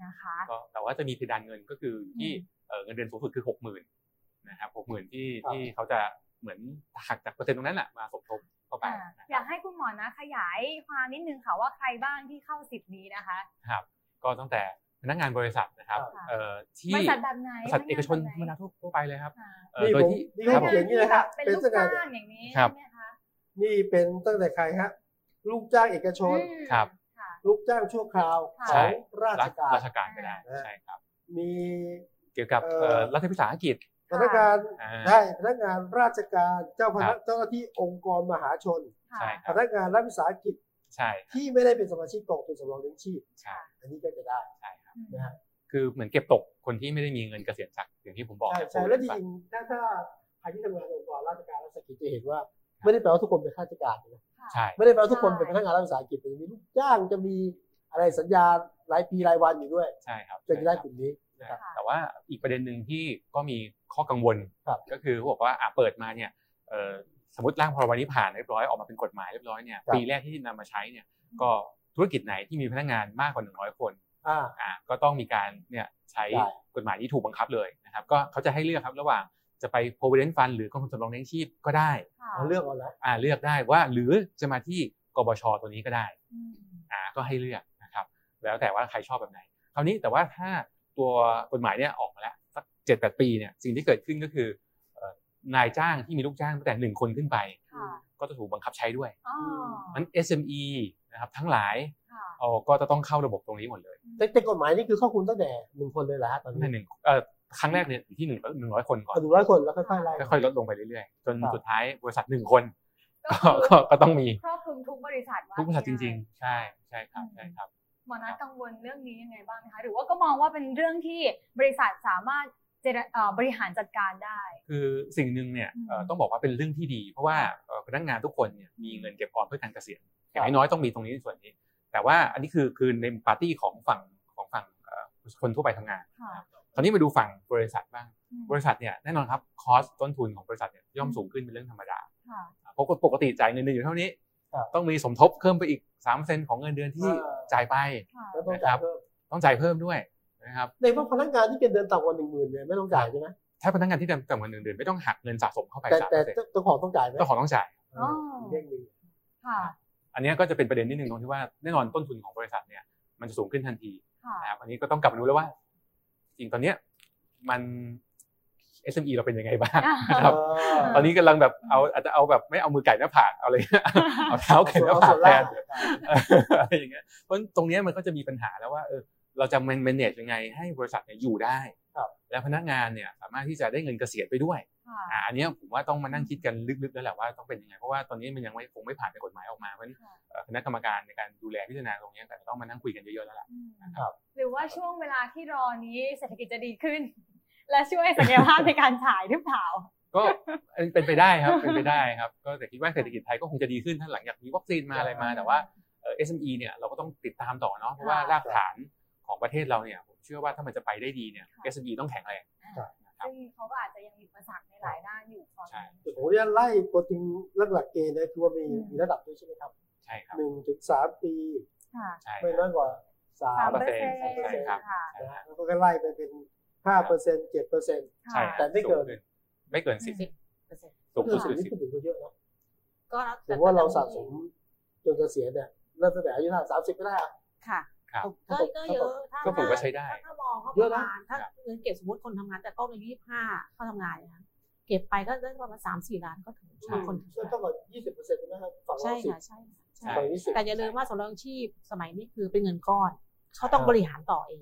นะคะ
ก็แต่ว่าจะมีเพดานเงินก็คืออยู่ที่
อืม
เอ่อเงินเดือนสูงสุดคือหกหมื่นนะครับหกหมื่นที่
ครับ
ที่เขาจะเหมือนหักจากเปอร์เซ็นต์ตรงนั้นแหละมาสมทบเข้าไป
อ่า
นะ
อยากให้คุณหมอนะขยายความนิดนึงค่ะว่าใครบ้างที่เข้าสิทธิ์นี้นะคะ
ครับก็ตั้งแต่พนักงานบริษัทนะครับเอ่อที่
บริษัทแบบไหน
บริษัทเอกชน
พก
ธรรม
งา
ดา
แบบไห
ทั่วไปเลยครับ
อ่า
เอ่อ
นี่
โดย
ผม
ที่
นี่
ค
ผ
รับ
ม
ผม
เขียนอย่างนี้เลยฮะเป็นส
เป็นลูก
กัด
จ้างอย่างนี้
ครับ
ใช่ไหมคะ
นี่เป็นตั้งแต่ใครฮะลูกจ้างเอกชน
อืม
ครับ
ค่ะ
ลูกจ้างชั่วคราว
ค่ะ
ของราชการ
ราชการก็ได้
อ่า
ใช่ครับ
มี
เกี่ยวกับ
เอ่อ
เอ่อรัฐวิสาหกิจ
พนักงาน
อ่า
ใช่พนักงานราชการเจ้าพ
ครั
นัก
บ
เจ้าหน้าที่องค์กรมหาชน
ค่ะ
ใช่ค
พ
รับ
นักงานรัฐวิสาหกิจ
ใช่
ที่ไม่ได้เป็นสมาชิกกองทุนสำรองเลี้ยงชีพ
ใช่
อันนี้ก็จะได้
ใช่ครับ
นะฮะ
คือเหมือนเก็บตกคนที่ไม่ได้มีเงินเกษียณสักอย่างที่ผมบอก
ใช่
เนี่ย
ใช่
ผม
แล้วจ
ว่า
ริงๆถ้าถ้าใครที่ทำงานองค์กรราชการรัฐวิสาหกิจจะเห็นว่า ไม่ได้แปลว่าทุกคนเป็นข้าราชการนะ
ใช่
ไม่ได้แปลว่าทุกคน
ใช่
เป็นพนักงานรัฐวิสาหกิจแต่จะมีลูกจ้างจะมีอะไรสัญญารายปีรายวันอยู่ด้วย
ใช่ครับ
ก็จะได้ก
ใช่
ลุ่มนี้
ครับแต่ว่าอีกประเด็นหนึ่งที่ก็มีข้อกังวล
ครับ
ก็คือเขาบอกว่าอ่ะเปิดมาเนี่ยเอ่อสมมติร่างพรบนี้ผ่านเรียบร้อยออกมาเป็นกฎหมายเรียบร้อยเนี่ย
ครับ
ปีแรกที่นำมาใช้เนี่ยก็ธุรกิจไหนที่มีพนักงานมากกว่า100 คน
อ่า
อ่ะก็ต้องมีการเนี่ยใช้
ใช่
กฎหมายนี้ถูกบังคับเลยนะครับก็เขาจะให้เลือกครับระหว่างจะไป provident fund หรือกองทุนสำรองเลี้ยงชีพก็ได้
ค่ะ
เอาเลือกเอาละ
อ่าเลือกได้ว่าหรือจะมาที่กบชตัวนี้ก็ได้
อืม
อ่าก็ให้เลือกนะครับแล้วแต่ว่าใครชอบแบบไหน คราวนี้แต่ว่าถ้าตัวกฎหมายเนี่ยออกมาแล้วสักเจ็ดแปดปีเนี่ยสิ่งที่เกิดขึ้นก็คือเอ่อนายจ้างที่มีลูกจ้างตั้งแต่หนึ่งคนขึ้นไป
ค่ะ
ก็จะถูกบังคับใช้ด้วย
อ๋อ
นั้น SME นะครับทั้งหลาย
ค่ะ
เอ่อก็จะต้องเข้าระบบตรงนี้หมดเลย
แต่แต่กฎหมายนี่คือเข้าคุณตั้งแต่หนึ่งคนเลยเหรอฮะตอน
ตั้ง
นี้
แต่หนึ่งเอ่อครั้งแรกเนี่ยอยู่ที่หนึ่งหนึ่งร้อยคนก่อ
เอา
น
หนึ่งร้อยคนแล้วค่อยๆไล่
ค่อยๆลดลงไปเรื่อยๆ จน
ครับ
สุดท้ายบริษัทหนึ่งคน
ก็คือ
ก็ก็ก็ต้องมี
ครอบคลุมทุกบริษัทว่า
ทุกบริษัทจริง
ง่าย
ๆ ใช่ใช่ครับใช่ครับ
หมอนัทกังวลเรื่องนี้ยังไงบ้างนะคะหรือว่าก็มองว่าเป็นเรื่องที่บริษัทสามารถเจรเอ่อบริหารจัดการได้
คือสิ่งหนึ่งเนี่ยเอ่อ
อืม
ต้องบอกว่าเป็นเรื่องที่ดี เพราะว่าเอ่อพนักงานทุกคนเนี่ยมีเงินเก็บออมเพื่อการเกษียณอย่างน้อยๆต้องมีตรงนี้ในส่วนนี้ แต่ว่าอันนี้คือคือในปาร์ตี้ของฝั่งของฝั่งเอ่อคนทั่วไปทำงาน
ค่ะ
คราวนี้มาดูฝั่งบริษัทบ้าง
อืม
บริษัทเนี่ยแน่นอนครับคอสต้นทุนของบริษัทเนี่ยย่อมสูงขึ้นเป็นเรื่องธรรมดา
ค่ะ
ปกติปกติจ่ายเงินเดือนอยู่เท่านี้
ครับ
ต้องมีสมทบเพิ่มไปอีก3%ของเงินเดือนที่จ่ายไป
ค่ะ
แล้วต้องจ่ายเพิ่ม
ต้องจ่ายเพิ่มด้วยนะครับ
ในพวกพนักงานที่เกินเดือนต่ำกว่าหนึ่งหมื่นเนี่ยไม่ต้องจ่ายใช่ไหม
ถ้าพนักงานที่ทำเงินเดือนไม่ต้องหักเงินสะสมเข้าไป
แต่
สาม
แต่
เปอร์เซ็นต์
เจ้าของต้องจ่ายไหม
เจ้าของต้องจ่าย
เอออีกเรื่องหนึ่ง
ค่ะ
อันเนี้ยก็จะเป็นประเด็นนิดหนึ่งตรงที่ว่าแน่นอนต้นทุนของบริษัทเนี่ยมันจะสูงขึ้นทันที
ค่ะ
นะครับอันนี้ก็ต้องกลับมาดูแล้วว่า จริงตอนเนี้ยมัน SME เราเป็นยังไงบ้างนะครับ ตอนนี้กำลังแบบเอาอาจจะเอาแบบไม่เอามือไก่หน้าผากเอาอะไร เงี้ยเอาเท้าไก่หน้าผากแทน อะไรอย่างเงี้ยเพราะตรงเนี้ยมันก็จะมีปัญหาแล้วว่าเออเราจะ manage ยังไงให้บริษัทเนี่ยอยู่ได้
ครับ
แล้วพนักงานเนี่ยสามารถที่จะได้เงินเกษียณไปด้วย
ค่ะ
อ่ะอันเนี้ยผมว่าต้องมานั่งคิดกันลึกๆแล้วแหละว่าต้องเป็นยังไง เพราะว่าตอนนี้มันยังไม่คงไม่ผ่านเป็นกฎหมายออกมาเพราะฉะนั้นเอ่อคณะกรรมการในการดูแลพิจารณาตรงเนี้ยแต่ต้องมานั่งคุยกันเยอะๆแล้วล่ะ
อืม
ครับ
หรือว่าช่วงเว ลาที่รอนี้เศรษฐกิจจะดีขึ้น และช่วยศักยภาพในการฉายหรือเปล่า
ก็เป็นไปได้ครับเป็นไปได้ครับ ก็แต่คิดว่าเศรษฐกิจไทยก็คงจะดีขึ้นถ้าหลังจากมีวัคซีนมาอะไรมา แต่ว่าเอ่อ SME เนี่ยเราก็ต้องติดตามต่อเนาะเพราะว่ารากฐานของประเทศเราเนี่ยผมเชื่อว่าถ้ามันจะไปได้ดีเนี่ย SME ต้องแข็งแรง
ซึ่งเขาก็อาจจะยังมีอุปสรรคในหลายด้านอยู่ตอนนี้
โอ้โหเนี่ยไล่ตัวจริงหลักๆเกณฑ์เลยคือว่ามี
อืม
มีระดับด้วยใช่ไหมครับ
ใช่ครับ
หนึ่งถึงสามปี
ค่ะ
ใช่ค
ไม่
รับ
น้อยกว่าสา
สาม
ม
เปอร์เซ็นต์
ใช่ครับ
ค่ะ
นะฮะแล้วก็ไล่ไปเป็นห้าเปอร์เซ็นต์เจ็ดเปอร์เซ็นต์
ใช่
ค่ะ
ครับ
แต่ไม่เกิน
สูงขึ้ไม่เกินสิบ
เปอร์เซ็นต์
สูงสุดคือ
นี่
สิบ
พูดถึงก็เยอะเนาะ
ก็แล้ว
ถือว่าเราสะสมจนเกษียณเนี่ยเริ่มตั้งแต่อายุสามสิบก็ได้อะ
ค่ะ
ครับ
ก็ก็เยอะถ้า
ก็ถือว่าใช้ได้
ถ้ถ้ามองเขา
เย
ป
อะ
ระ
นะ
มาณถ้าเงินเก็บสมมติคนทำงานแต่ต้นอายุยี่ห้าเขาทำงานเนี่ยนะเก็บไปก็ได้ประมาณสามสี่ล้านก็ถึง
ใช่
คน
ก็
ถึง
เท่ากับยี่สิบเปอร์เซ็นต์นะครับฝั่ง
ใช่
เราสิบ
ค่ะใช่ค่ะใช่
ฝั่งนี้สิบ
แต่อย่าลืมว่าสำรองชีพสมัยนี้คือเป็นเงินก้อนเขาต้องบริหารต่อเอง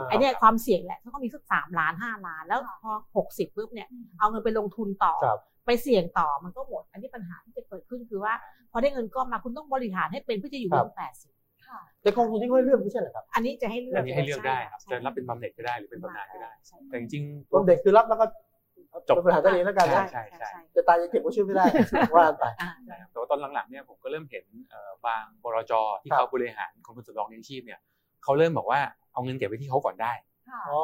า
ไอ้เนี่ยความเสี่ยงแหละเขาก็มีสักสามล้านห้าล้าน แล้วพอหกสิบปุ๊บเนี่ย
อืม
เอาเงินไปลงทุนต่อ
ครับ
ไปเสี่ยงต่อมันก็หมดอันนี้ปัญหาที่จะเกิดขึ้นคือว่า พอได้เงินก้อนมาคุณต้องบริหารให้เป็นเพื่อจะอยู่
ครั
ถึ
บ
งแปดสิบ
ค่ะ
แต่กองทุนที่เขาให้เลือกไม่ใช่เหรอครับ
อันนี้จะให้เลือ
อั
ก
นนี้ให้เลือกได้ครับ
ใช่
จะรับเป็นบำเหน็จก็ได้หรือเป็นบำนาญก็ได้
ใช่
แต่จริงๆ
ตอนเด็กคือรับแล้วก็
จบ
บริหารตัวเองแล้วกันนะ
ใช่ใช่
จะตายจะเก็บก็ช่วยไม่ได้ ว่ากันไป
อ่า
นะครับแต่ว่าตอนหลังๆเนี่ยผมก็เริ่มเห็นเอ่อบางบรจที่
ครับ
เขาบริหารกองทุนสำรองเลี้ยงชีพเนี่ยเขาเริ่มบอกว่าเอาเงินเก็บไว้ที่เขาก่อนได้
ค่ะ
อ๋อ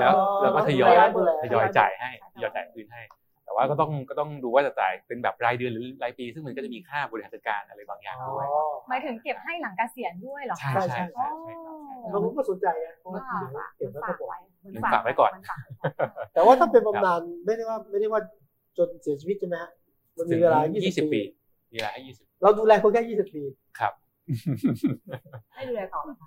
แล้วแล้วก็ทยอย
ดูแล
ทยอยจ่ายให้
ใช่
ทยอยจ่ายคืนให้ แต่ว่าก็ต้องก็ต้องดูว่าจะจ่ายเป็นแบบรายเดือนหรือรายปี ซึ่งมันก็จะมีค่าบริหารจัดการอะไรบางอย่างด้วย
หมายถึงเก็บให้หลังเกษียณด้วยเหรอ
ใช่
คะอ๋อ
ใช่ใช่ใช่ครับใช่ครับ
เราก็สนใจนะเพราะว่า
ค่ะ
เก็บไว้ก็บอก
มั
ฝากไว้ก่อน
มัฝากไว้ก่อน
แต่ว่าถ้าเป็นบำนาญไม่ได้ว่าไม่ได้ว่าจนเสียชีวิตใช่ไหมฮะมันมีเวลา
ถึง
20ปี
ปีมีเวลาให้ยี่ สิบ
เราดูแลคนแค่ 20 ปี
ครับ
ให้ดูแลต่อไหมคะ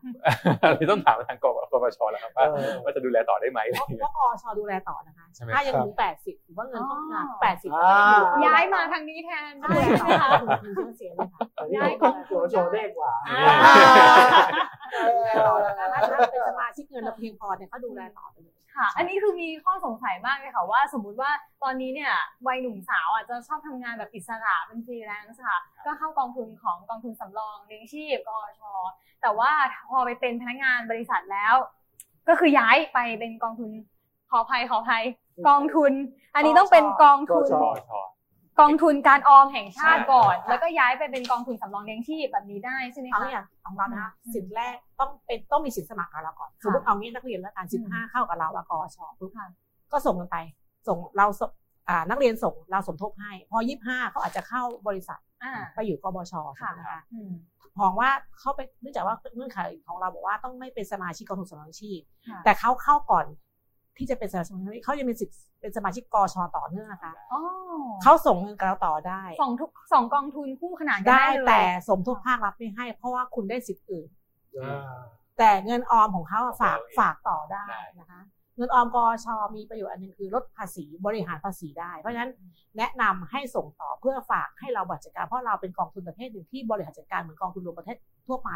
เลยต้องถามทางกบกบชแล้วครับว่า
เออ
ว่าจะดูแลต่อได้ไหมอะไร
เพราะ
อย่างเงี้ย
เพราะอชดูแลต่อนะคะ
ใช่ไหม
ถ้ายังถึงแปดสิบว่าเงินต้องหนักแปดสิบ
อ่า
ย้ายมาทางนี้แทน
ใช่
ด้วย
ใช่
นะ
ค่ะ
ค่ะ
ถึงจะเสียเลยค่ะ
อันนี้ก็ตัวโชว์เลขกว่า
อ่าต่อแล้วนะถ้าเป็นสมาชิกเงินเราเพียงพอเนี่ยเขาดูแลต่อไปเลย
ค่ะ อันนี้คือมีข้อสงสัยมากเลยค่ะว่า สมมุติว่าตอนนี้เนี่ยวัยหนุ่มสาวอาจจะชอบทำงานแบบอิสระเป็นฟรีแลนซ์ค่ะ ก็เข้ากองทุนของกองทุนสำรองเลี้ยงชีพกอชแต่ว่าพอไปเป็นพนักงานบริษัทแล้ว ก็คือย้ายไปเป็นกองทุนขออภัยขออภัยกองทุน อันนี้ต้องเป็นกองทุน
กบช
กองทุนการออมแห่งชาติก่อน
ใช่
แล้วก็ย้ายไปเป็นกองทุนสำรองเลี้ยงชีพแบบนี้ได้ใช่ไหม
เอา
คะ
เนี่ยของเรานะคะสินแรกต้องเป็นต้องมีสินสมัครกับเราก่อนสมมติเอางี้นักเรียนแล้วกันสิบห้าเข้ากับเราอะกอชปุ๊บ
ค่ะ
ก็ส่งกันไป ส่งเราส่งอ่านักเรียนส่งเราสมทบให้ พอยี่สิบห้าเขาอาจจะเข้าบริษัท
อ่า
ไปอยู่กบชใช่ไหม
ค่ะ
คะ
อืม
มองว่าเขาไปเนื่องจากว่าเงื่อนไขของเราบอกว่าต้องไม่เป็นสมาชิกกองทุนสำรองชีพ
ค่ะ
แต่เขาเข้าก่อนที่จะเป็นสมาชิกเขายังเป็นสิทธิ์เป็นสมาชิกกชต่อเนื่องนะคะ
อ๋อ
เขาส่งเงินกับเราต่อได้
สองทุกสองกองทุนคู่ขนานกัน
ได้
ได้เลย
แต่สมทบภาครัฐไม่ให้ เพราะว่าคุณได้สิทธิ์อื่น
อ่า
แต่เงินออมของเขาอะฝาก
ได้
ฝากต่อได้
ได้
นะคะ เงินออมกชมีประโยชน์อันหนึงคือลดภาษีบริหารภาษีได้ เพราะฉะนั้นแนะนำให้ส่งต่อเพื่อฝากให้เราบัตรจัดการเพราะเราเป็นกองทุนประเภทหนึ่งที่บริหารจัดการเหมือนกองทุนรวมประเทศทั่วไป